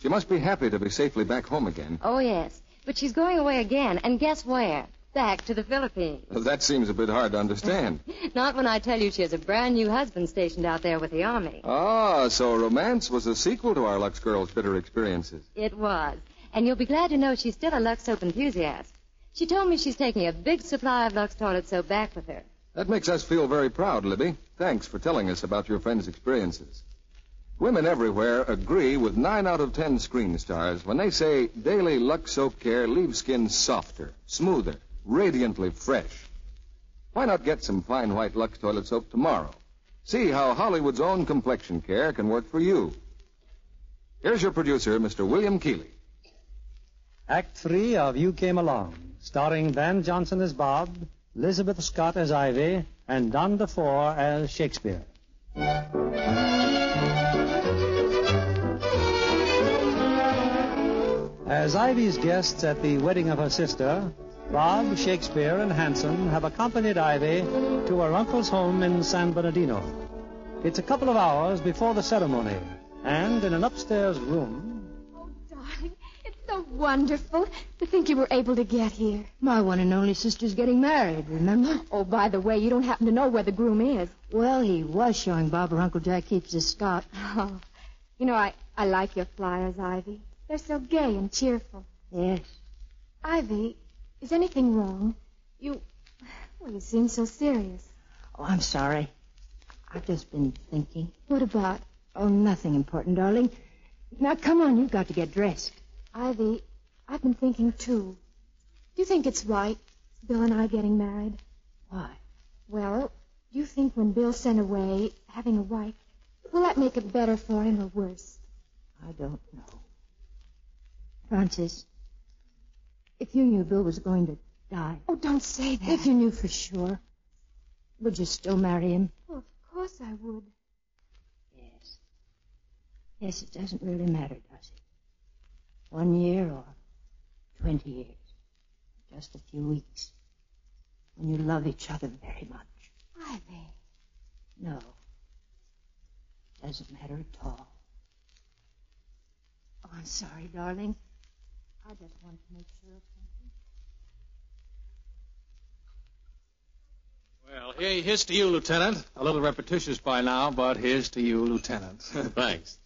A: She must be happy to be safely back home again.
L: Oh, yes. But she's going away again, and guess where? Back to the Philippines.
A: That seems a bit hard to understand.
L: Not when I tell you she has a brand new husband stationed out there with the Army.
A: ah, so romance was a sequel to our Lux Girl's bitter experiences.
L: It was. And you'll be glad to know she's still a Lux soap enthusiast. She told me she's taking a big supply of Lux toilet soap back with her.
A: That makes us feel very proud, Libby. Thanks for telling us about your friend's experiences. Women everywhere agree with nine out of ten screen stars when they say daily Lux Soap Care leaves skin softer, smoother, radiantly fresh. Why not get some fine white Lux toilet soap tomorrow? See how Hollywood's own complexion care can work for you. Here's your producer, Mr. William Keeley.
B: Act three of You Came Along, starring Van Johnson as Bob, Elizabeth Scott as Ivy, and Don DeFore as Shakespeare. As Ivy's guests at the wedding of her sister, Bob, Shakespeare, and Hanson have accompanied Ivy to her uncle's home in San Bernardino. It's a couple of hours before the ceremony, and in an upstairs room,
Q: Darling, it's so wonderful to think you were able to get here.
G: My one and only sister's getting married, remember?
Q: Oh, by the way, you don't happen to know where the groom is.
G: Well, he was showing Bob where Uncle Jack keeps his Scott.
Q: Oh, you know, I, I like your flyers, Ivy. They're so gay and cheerful.
G: Yes.
Q: Ivy, is anything wrong? You, well, you seem so serious.
G: Oh, I'm sorry. I've just been thinking.
Q: What about?
G: Oh, nothing important, darling. Now, come on, you've got to get dressed.
Q: Ivy, I've been thinking, too. Do you think it's right, Bill and I getting married?
G: Why?
Q: Well, do you think when Bill's sent away, having a wife, will that make it better for him or worse?
G: I don't know. Francis, if you knew Bill was going to die,
Q: Oh, don't say that.
G: if you knew for sure, would you still marry him?
Q: Oh, of course I would.
G: Yes. Yes, it doesn't really matter, does it? One year or twenty years. Just a few weeks. When you love each other very much.
Q: Ivy.
G: No. Doesn't matter at all. Oh, I'm sorry, darling. I just wanted to make sure of something.
D: Well, here, here's to you, Lieutenant. A little repetitious by now, but here's to you, Lieutenant.
R: Thanks.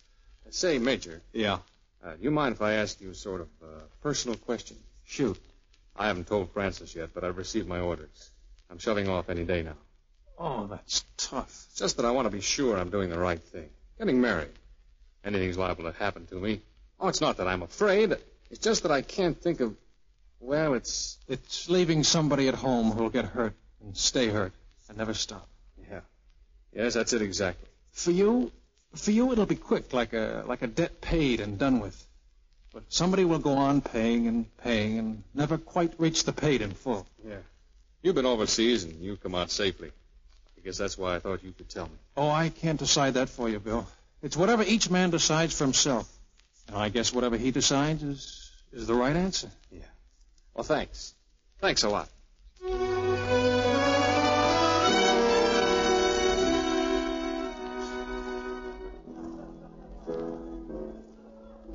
R: Say, Major,
D: yeah,
R: uh, do you mind if I ask you a sort of uh, personal question?
D: shoot.
R: I haven't told Francis yet, but I've received my orders. I'm shutting off any day now.
D: Oh, that's tough.
R: It's just that I want to be sure I'm doing the right thing. Getting married. Anything's liable to happen to me. Oh, it's not that I'm afraid.
A: It's just that I can't think of. Well, it's.
D: It's leaving somebody at home who'll get hurt and stay hurt and never stop.
A: Yeah. Yes, that's it exactly.
D: For you, for you, it'll be quick, like a like a debt paid and done with. But somebody will go on paying and paying and never quite reach the paid in full.
A: Yeah. You've been overseas and you come out safely. I guess that's why I thought you could tell me.
D: Oh, I can't decide that for you, Bill. It's whatever each man decides for himself. And I guess whatever he decides is is the right answer.
A: Well, thanks. Thanks a lot.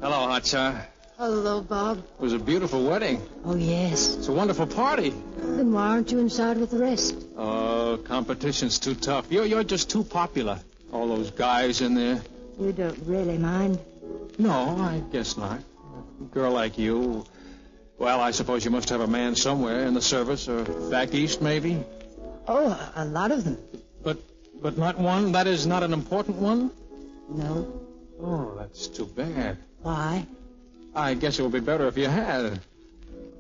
D: Hello, Hotshot.
G: Hello, Bob.
D: It was a beautiful wedding.
G: Oh, yes.
D: It's a wonderful party.
G: Then why aren't you inside with the rest?
D: Oh, competition's too tough. You're, you're just too popular. All those guys in there.
G: You don't really mind.
D: No, I guess not. A girl like you. Well, I suppose you must have a man somewhere in the service or back east, maybe.
G: Oh, a- a lot of them.
D: But but not one. That is not an important one.
G: No.
D: Oh, that's too bad.
G: Why?
D: I guess it would be better if you had.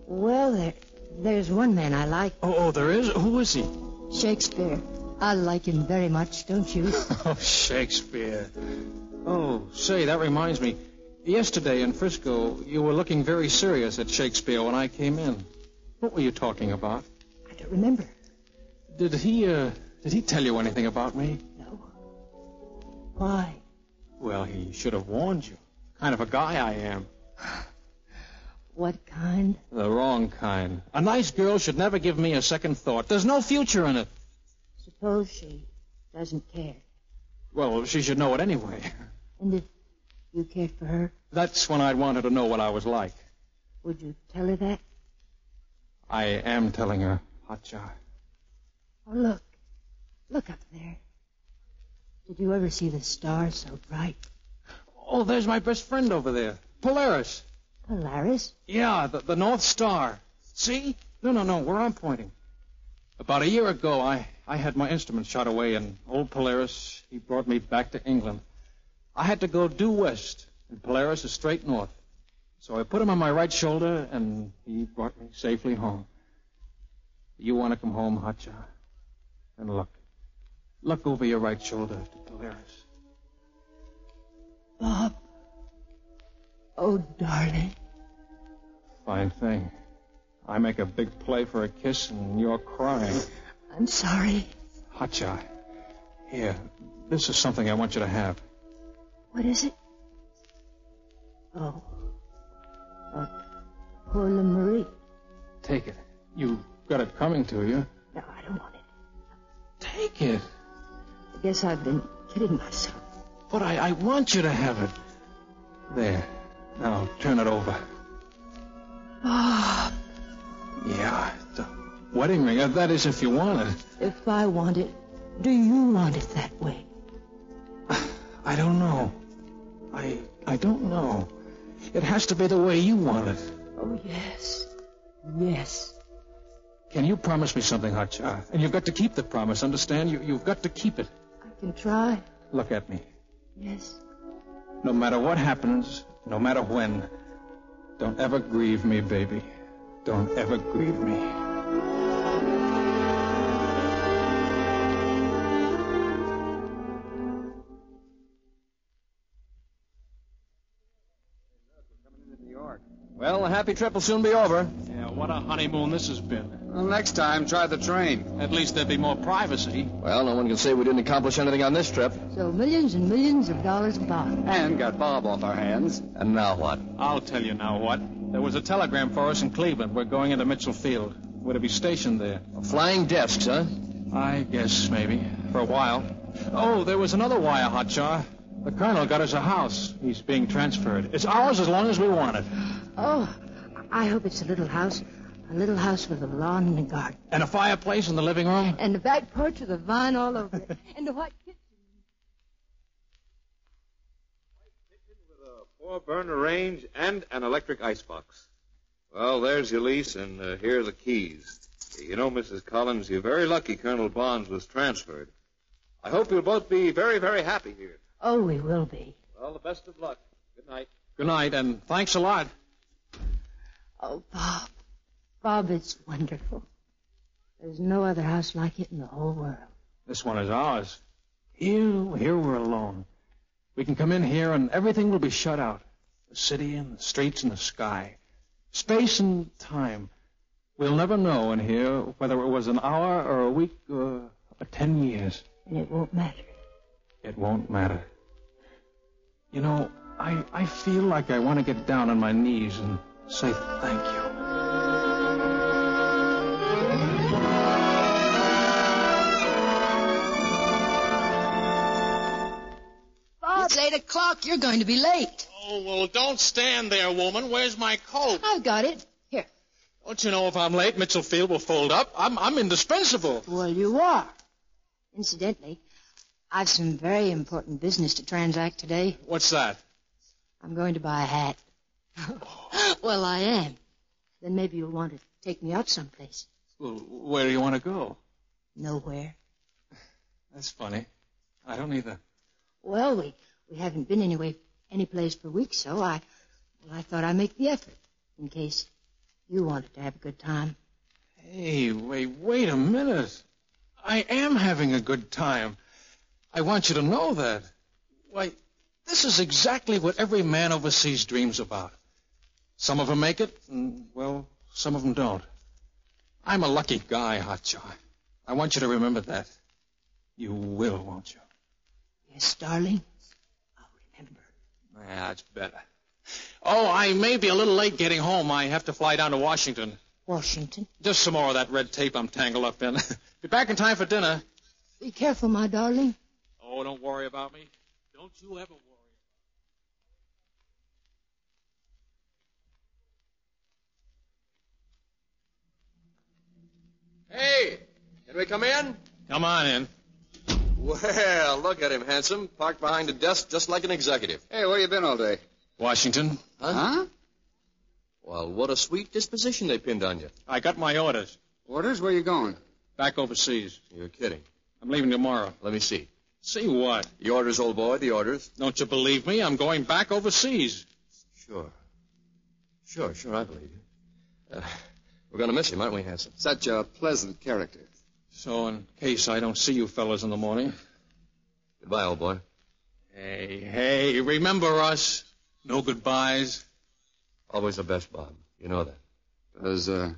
G: Well, there, there's one man I like,
D: Oh, oh, there is. Who is he?
G: oh. Shakespeare. I like him very much, don't you?
D: Oh, Shakespeare. Oh, say, that reminds me. Yesterday in Frisco, you were looking very serious at Shakespeare when I came in. What were you talking about?
G: I don't remember.
D: Did he uh, did he tell you anything about me?
G: Why?
D: Well, he should have warned you. Kind of a guy I am.
G: What kind?
D: The wrong kind. A nice girl should never give me a second thought. There's no future in it.
G: Suppose she doesn't care.
D: Well, she should know it anyway.
G: And if you cared for her,
D: That's when I'd want her to know what I was like.
G: would you tell her that?
D: I am telling her, Hotjar.
G: Oh, look. Look up there. Did you ever see the stars so bright?
D: Oh, there's my best friend over there. Polaris.
G: Polaris?
D: Yeah, the, the North Star. See? No, no, no, where I'm pointing. About a year ago, I, I had my instrument shot away, and old Polaris, he brought me back to England. I had to go due west, and Polaris is straight north. So I put him on my right shoulder, and he brought me safely home. You want to come home, Hotshot? And look. Look over your right shoulder to Polaris.
G: Bob. Oh, darling.
D: Fine thing. I make a big play for a kiss, and you're crying.
G: I'm sorry.
D: Hotshot. Here, this is something I want you to have.
G: What is it? Oh. A poor little Marie.
D: Take it. You got it coming to you.
G: No, I don't want it.
D: Take it.
G: I guess I've been kidding myself.
D: But I, I want you to have it. There. Now turn it over.
G: Ah,
D: Yeah. The wedding ring. uh, That is if you want it.
G: if I want it, do you want it that way?
D: I don't know. I I don't know. It has to be the way you want it.
G: Oh, yes. Yes.
D: Can you promise me something, Hotshot? And you've got to keep the promise, understand? You you've got to keep it.
G: I can try.
D: Look at me.
G: Yes.
D: No matter what happens, no matter when, don't ever grieve me, baby. Don't ever grieve me.
C: Well, the happy trip will soon be over.
D: Yeah, what a honeymoon this has been.
S: Well, next time, try the train.
D: At least there'd be more privacy.
C: Well, no one can say we didn't accomplish anything on this trip.
G: So millions and millions of dollars gone.
S: And got Bob off our hands.
C: And now what?
D: I'll tell you now what. There was a telegram for us in Cleveland. We're going into Mitchell Field. We're to be stationed there.
C: Flying desks, huh?
D: I guess, maybe. For a while. Oh, there was another wire, Hotjar. The colonel got us a house. He's being transferred. It's ours as long as we want it.
G: Oh, I hope it's a little house. A little house with a lawn and a garden.
D: And a fireplace in the living room?
G: And the back porch with a vine all over it.
T: And the white kitchen.
A: Four burner range and an electric icebox. Well, there's your lease, and uh, here are the keys. You know, Mrs. Collins, you're very lucky Colonel Bonds was transferred. I hope you'll both be very, very happy here.
G: Oh, we will be.
A: Well, the best of luck. Good night.
D: Good night, and thanks a lot.
U: Oh, Bob. Bob, it's wonderful. There's no other house like it in the whole world.
D: This one is ours. Here, here we're alone. We can come in here and everything will be shut out. The city and the streets and the sky. Space and time. We'll never know in here whether it was an hour or a week or, or ten years.
U: And it won't matter.
D: It won't matter. You know, I, I feel like I want to get down on my knees and say thank you.
G: It's eight o'clock. You're going to be late.
V: Oh, well, don't stand there, woman. Where's my coat?
G: I've got it. Here.
V: Don't you know if I'm late, Mitchell Field will fold up? I'm, I'm indispensable.
G: Well, you are. Incidentally, I've some very important business to transact today.
V: What's that?
G: I'm going to buy a hat. well, I am. Then maybe you'll want to take me out someplace.
D: Well, where do you want to go?
G: Nowhere.
D: That's funny. I don't either.
G: Well, we, we haven't been anyway any place for weeks, so I well I thought I'd make the effort in case you wanted to have a good time.
D: Hey, wait, wait a minute. I am having a good time. I want you to know that. Why, this is exactly what every man overseas dreams about. Some of 'em make it, and, well, some of 'em don't. I'm a lucky guy, Hotshot. I want you to remember that. You will, won't you?
G: Yes, darling.
V: Yeah, that's better. Oh, I may be a little late getting home. I have to fly down to Washington.
G: Washington.
V: Just some more of that red tape I'm tangled up in. be back in time for dinner.
G: Be careful, my darling.
V: Oh, don't worry about me. Don't you ever worry.
C: Hey, can we come in?
V: Come on in.
C: Well, look at him, handsome. Parked behind a desk just like an executive.
K: Hey, where you been all day?
V: Washington.
C: Huh? Well, what a sweet disposition they pinned on you.
V: I got my orders.
K: Orders? Where you going?
V: Back overseas.
C: You're kidding.
V: I'm leaving tomorrow.
C: Let me see.
V: See what?
C: The orders, old boy, the orders.
V: Don't you believe me? I'm going back overseas.
C: Sure. Sure, sure, I believe you. Uh, we're going to miss him, aren't we, handsome?
K: Such a pleasant character.
D: So, in case I don't see you fellas in the morning.
C: Goodbye, old boy.
V: Hey, hey, remember us. No goodbyes.
C: Always the best, Bob. You know that.
K: Does, uh,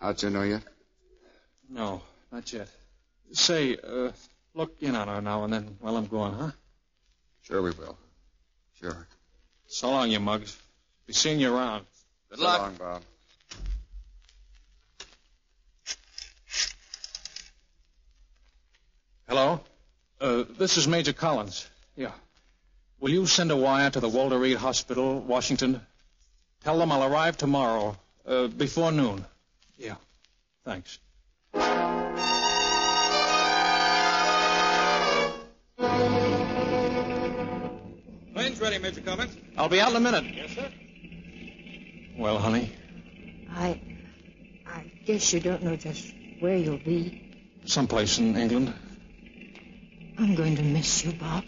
K: Archer know you?
D: No, not yet. Say, uh, look in on her now and then while I'm gone, huh?
K: Sure we will. Sure.
D: So long, you mugs. Be seeing you around.
C: Good
K: so
C: luck.
K: long, Bob.
D: Hello? Uh, this is Major Collins. Yeah. Will you send a wire to the Walter Reed Hospital, Washington? Tell them I'll arrive tomorrow, uh, before noon. Yeah. Thanks.
J: Plane's ready, Major Cummins.
D: I'll be out in a minute.
J: Yes, sir.
D: Well, honey,
G: I I guess you don't know just where you'll be.
D: someplace in England.
G: I'm going to miss you, Bob.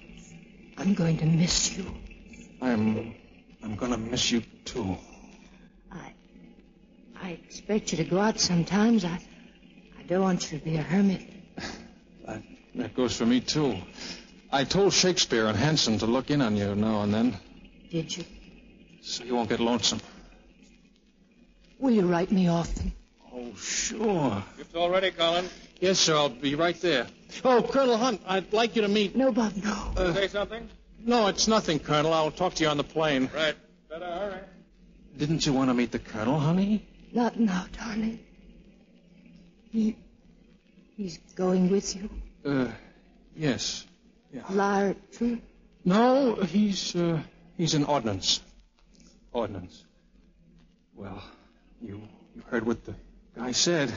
G: I'm going to miss you.
D: I'm. I'm gonna miss you too.
G: I expect you to go out sometimes. I I don't want you to be a hermit.
D: That goes for me too. I told Shakespeare and Hanson to look in on you now and then,
G: Did you?
D: so you won't get lonesome.
G: Will you write me often?
D: Oh, sure.
J: It's all ready, Collins.
D: Yes, sir. I'll be right there. Oh, Colonel Hunt, I'd like you to meet.
G: No, Bob, no.
J: Did you say something?
D: Uh, No, it's nothing, Colonel. I'll talk to you on the plane.
J: Right. Better hurry.
D: Didn't you want to meet the Colonel, honey?
G: Not now, darling. He he's going with you.
D: Uh, yes.
G: Liar, true.
D: No, he's uh, he's in ordnance. Ordnance. Well, you you heard what the guy said.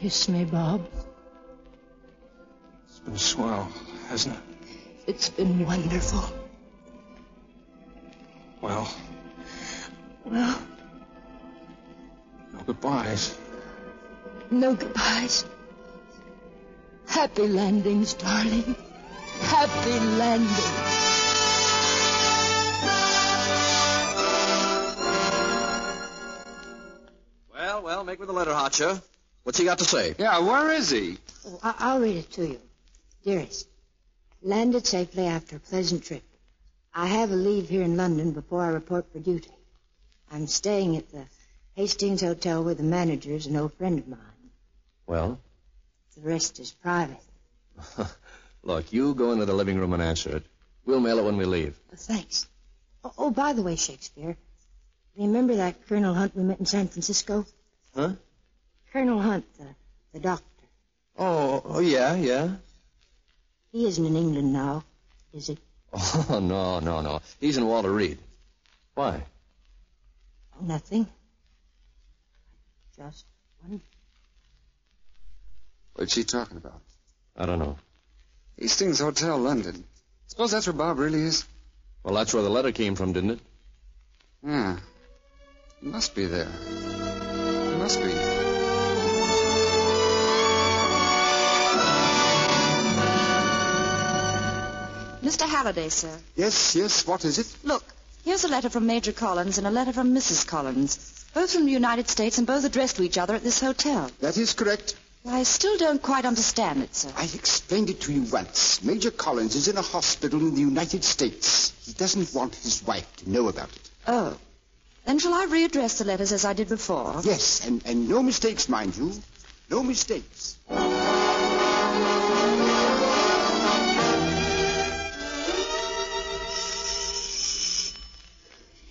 G: Kiss me, Bob.
D: It's been swell, hasn't it?
G: It's been wonderful.
D: Well,
G: Well,
D: no goodbyes.
G: no goodbyes. Happy landings, darling. Happy landings.
C: Well, make with the letter, Hotcha. What's he got to say?
K: Yeah, where is he?
G: Oh, I- I'll read it to you. Dearest, landed safely after a pleasant trip. I have a leave here in London before I report for duty. I'm staying at the Hastings Hotel where the manager is an old friend of mine.
C: Well,
G: The rest is private.
C: look, you go into the living room and answer it. We'll mail it when we leave.
G: Thanks. Oh, oh, by the way, Shakespeare, remember that Colonel Hunt we met in San Francisco?
C: Huh?
G: Colonel Hunt, the, the doctor.
C: Oh, oh yeah, yeah.
G: He isn't in England now, is he?
C: Oh, no, no, no. He's in Walter Reed. Why?
G: Nothing. Just one.
K: What's she talking about?
C: I don't know.
K: Hastings Hotel, London. Suppose that's where Bob really is?
C: Well, that's where the letter came from, didn't it?
W: Hmm.
K: Yeah. He must be there. He must be.
I: Mr. Halliday, sir.
K: Yes, yes, what is it?
I: Look, here's a letter from Major Collins and a letter from Mrs. Collins. Both from the United States and both addressed to each other at this hotel.
K: That is correct.
I: I still don't quite understand it, sir.
K: I explained it to you once. Major Collins is in a hospital in the United States. He doesn't want his wife to know about it.
I: Oh. Then shall I readdress the letters as I did before?
K: Yes, and, and no mistakes, mind you. No mistakes.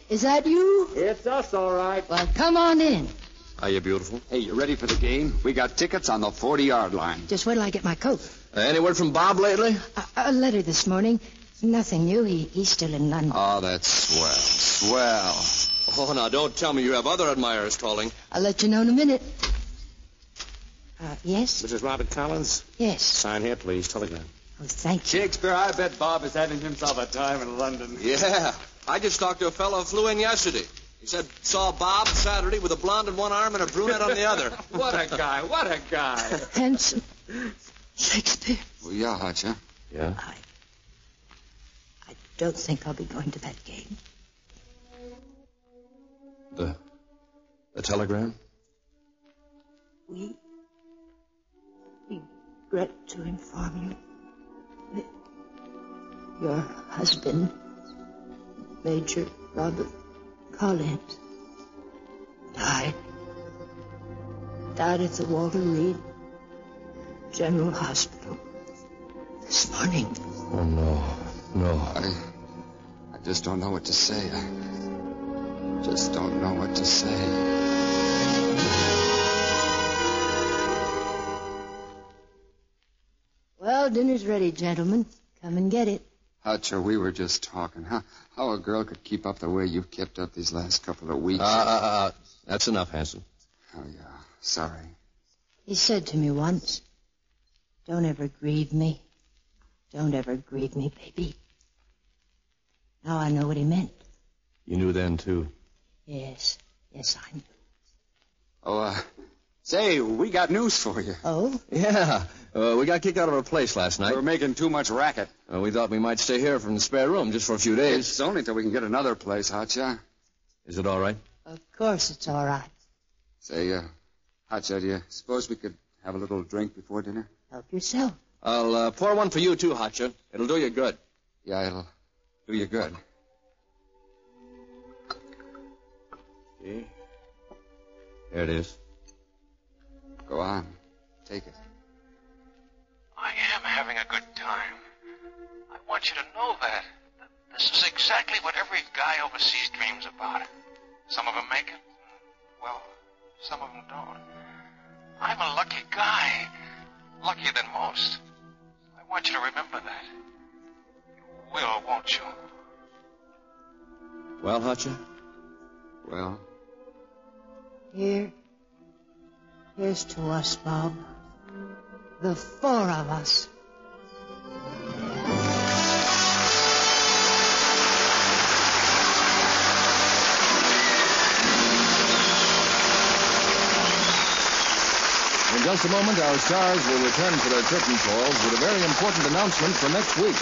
G: Is that you?
W: It's us, all right.
G: Well, come on in.
C: Are you beautiful?
W: Hey, you ready for the game? We got tickets on the 40 yard line.
G: Just wait till I get my coat.
C: Uh, any word from Bob lately?
G: A, a letter this morning. Nothing new. He, he's still in London.
W: Uh.
C: Oh, that's swell. Swell. Oh, now don't tell me you have other admirers calling.
G: I'll let you know in a minute. Uh, yes?
W: Mrs. Robert Collins?
G: Yes.
W: Sign here, please. Telegram.
G: Oh, thank you.
W: Shakespeare, I bet Bob is having himself a time in London.
C: Yeah. I just talked to a fellow who flew in yesterday. He said saw Bob Saturday with a blonde on one arm and a brunette on the other.
W: what a guy. What a guy.
G: Handsome. Shakespeare.
K: Well, yeah, Hotcha.
C: Yeah?
G: Don't think I'll be going to that game.
C: The, the Uh, telegram?
G: We regret to inform you that your husband, Major Robert Collins, died. Died at the Walter Reed General Hospital this morning.
K: Oh, no. No. I, I just don't know what to say. I just don't know what to say.
G: Well, dinner's ready, gentlemen. Come and get it.
K: Hutcher, we were just talking. How, how a girl could keep up the way you've kept up these last couple of
C: Uh, uh,
K: weeks.
C: uh, that's enough, Hanson.
K: Oh, yeah. Sorry.
G: He said to me once, Don't ever grieve me. Don't ever grieve me, baby. Now I know what he meant.
C: You knew then, too.
G: Yes, yes, I knew.
K: Oh, uh, say, we got news for you.
G: Oh?
C: Yeah. Uh, we got kicked out of our place last night.
K: We're making too much racket.
C: Uh, we thought we might stay here from the spare room just for a few days.
K: It's only till we can get another place, Hotcha.
C: Is it all right?
G: Of course it's all right.
K: Say, uh, Hotcha, do you suppose we could have a little drink before dinner?
G: Help yourself.
C: I'll uh, pour one for you, too, Hotcha. It'll do you good.
K: Yeah, it'll do you good.
C: See? There it is.
K: Go on. Take it.
O: I am having a good time. I want you to know that. Th- This is exactly what every guy overseas dreams about. Some of them make it. and, Well, some of them don't. I'm a lucky guy. Luckier than most. I want you to remember that. You will, won't you?
C: Well, Hotcha?
K: Well,
G: Here. Here's to us, Bob. The four of us.
A: In just a moment, our stars will return for their curtain calls with a very important announcement for next week.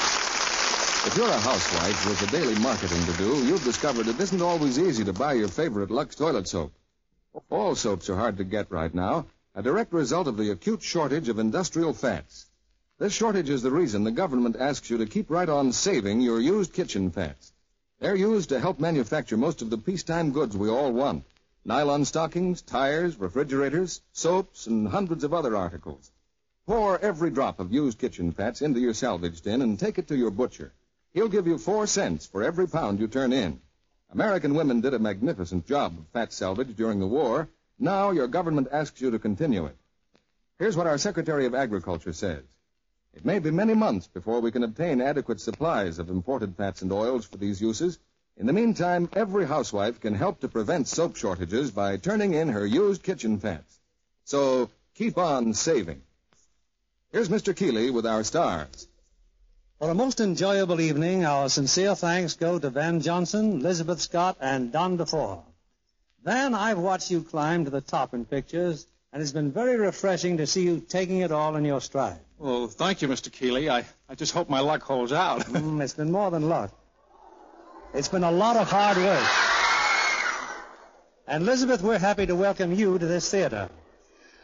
A: If you're a housewife with the daily marketing to do, you've discovered it isn't always easy to buy your favorite Lux toilet soap. All soaps are hard to get right now, a direct result of the acute shortage of industrial fats. This shortage is the reason the government asks you to keep right on saving your used kitchen fats. They're used to help manufacture most of the peacetime goods we all want nylon stockings, tires, refrigerators, soaps, and hundreds of other articles. Pour every drop of used kitchen fats into your salvage tin and take it to your butcher. He'll give you four cents for every pound you turn in. American women did a magnificent job of fat salvage during the war. Now your government asks you to continue it. Here's what our Secretary of Agriculture says. It may be many months before we can obtain adequate supplies of imported fats and oils for these uses. In the meantime, every housewife can help to prevent soap shortages by turning in her used kitchen fats. So keep on saving. Here's Mr. Keeley with our stars.
B: For a most enjoyable evening, our sincere thanks go to Van Johnson, Elizabeth Scott, and Don DeFore. Van, I've watched you climb to the top in pictures, and it's been very refreshing to see you taking it all in your stride.
D: Well, thank you, Mr. Keeley. I, I just hope my luck holds out.
B: Mm, it's been more than luck. It's been a lot of hard work. And Elizabeth, we're happy to welcome you to this theater.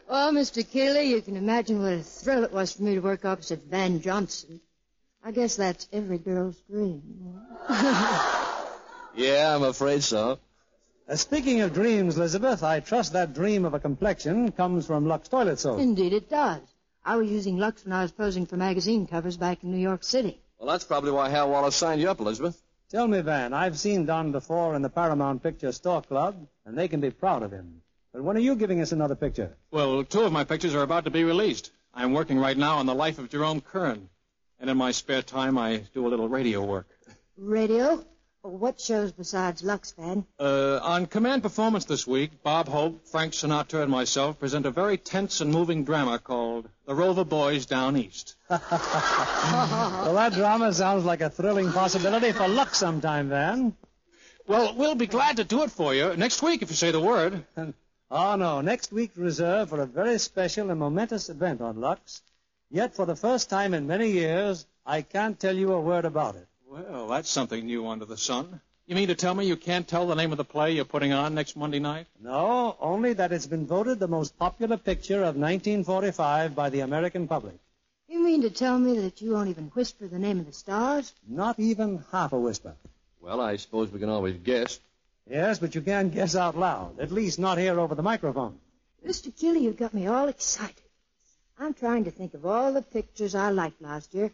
G: Oh, Mr. Keeley, you can imagine what a thrill it was for me to work opposite Van Johnson. I guess that's every girl's dream.
C: Yeah, I'm afraid so.
B: Uh, speaking of dreams, Elizabeth, I trust that dream of a complexion comes from Lux Toilet Soap.
G: Indeed, it does. I was using Lux when I was posing for magazine covers back in New York City.
C: Well, that's probably why Hal Wallace signed you up, Elizabeth.
B: Tell me, Van, I've seen Don before in the Paramount Picture Store Club, and they can be proud of him. But when are you giving us another picture?
D: Well, two of my pictures are about to be released. I'm working right now on the life of Jerome Kern. And in my spare time, I do a little radio work.
G: Radio? What shows besides Lux, Van?
D: Uh, on Command Performance this week, Bob Hope, Frank Sinatra, and myself present a very tense and moving drama called The Rover Boys Down East.
B: Well, that drama sounds like a thrilling possibility for luck sometime, Van.
D: Well, we'll be glad to do it for you next week if you say the word.
B: Oh, no. Next week reserved for a very special and momentous event on Lux. Yet, for the first time in many years, I can't tell you a word about it.
D: Well, that's something new under the sun. You mean to tell me you can't tell the name of the play you're putting on next Monday night?
B: No, only that it's been voted the most popular picture of 1945 by the American public.
G: You mean to tell me that you won't even whisper the name of the stars?
B: Not even half a whisper.
C: Well, I suppose we can always guess.
B: Yes, but you can't guess out loud. At least not here over the microphone.
G: Mr. Keeley, you've got me all excited. I'm trying to think of all the pictures I liked last year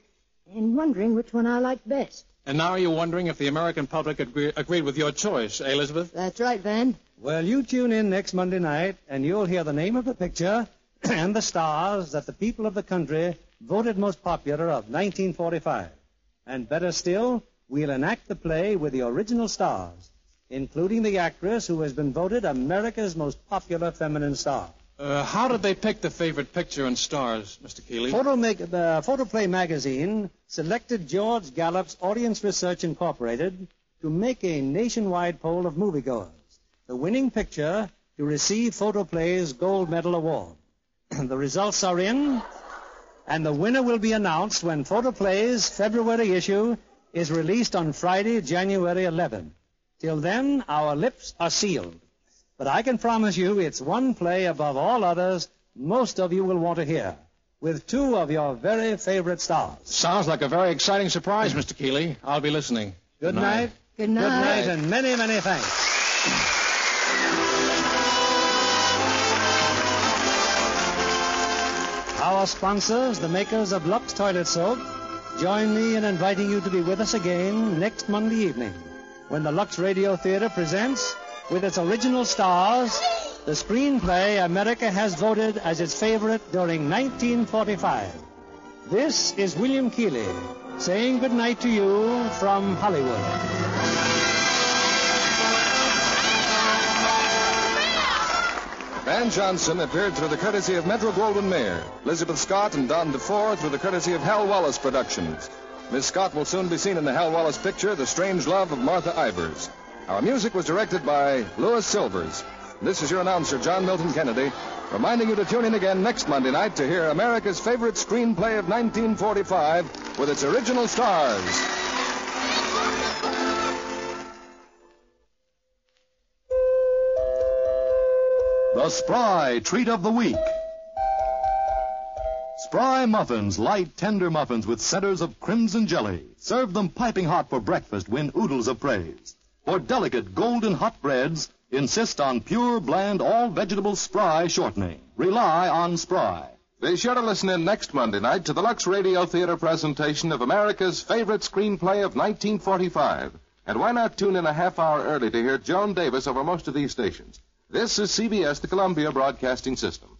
G: and wondering which one I liked best.
D: And now you're wondering if the American public agree- agreed with your choice, eh, Elizabeth?
G: That's right, Van.
B: Well, you tune in next Monday night, and you'll hear the name of the picture and the stars that the people of the country voted most popular of 1945. And better still, we'll enact the play with the original stars, including the actress who has been voted America's most popular feminine star.
D: Uh, how did they pick the favorite picture and stars, Mr. Keeley?
B: Photo make, uh, Photoplay magazine selected George Gallup's Audience Research Incorporated to make a nationwide poll of moviegoers. The winning picture to receive Photoplay's Gold Medal Award. the results are in, and the winner will be announced when Photoplay's February issue is released on Friday, January 11th. Till then, our lips are sealed. But I can promise you it's one play above all others most of you will want to hear, with two of your very favorite stars.
D: Sounds like a very exciting surprise, Mr. Keeley. I'll be listening.
B: Good night.
G: Good night.
B: Good night, and many, many thanks. Our sponsors, the makers of Lux Toilet Soap, join me in inviting you to be with us again next Monday evening when the Lux Radio Theater presents, with its original stars, the screenplay America has voted as its favorite during 1945. This is William Keeley saying goodnight to you from Hollywood.
A: Van Johnson appeared through the courtesy of Metro Goldwyn Mayer. Elizabeth Scott and Don DeFore through the courtesy of Hal Wallace Productions. Miss Scott will soon be seen in the Hal Wallace picture, The Strange Love of Martha Ivers. Our music was directed by Louis Silvers. This is your announcer, John Milton Kennedy, reminding you to tune in again next Monday night to hear America's favorite screenplay of 1945 with its original stars.
X: The Spry Treat of the Week. Spry muffins, light, tender muffins with centers of crimson jelly. Serve them piping hot for breakfast, win oodles of praise. For delicate, golden hot breads, insist on pure, bland, all vegetable Spry shortening. Rely on Spry.
A: Be sure to listen in next Monday night to the Lux Radio Theater presentation of America's favorite screenplay of 1945. And why not tune in a half hour early to hear Joan Davis over most of these stations? This is CBS, the Columbia Broadcasting System.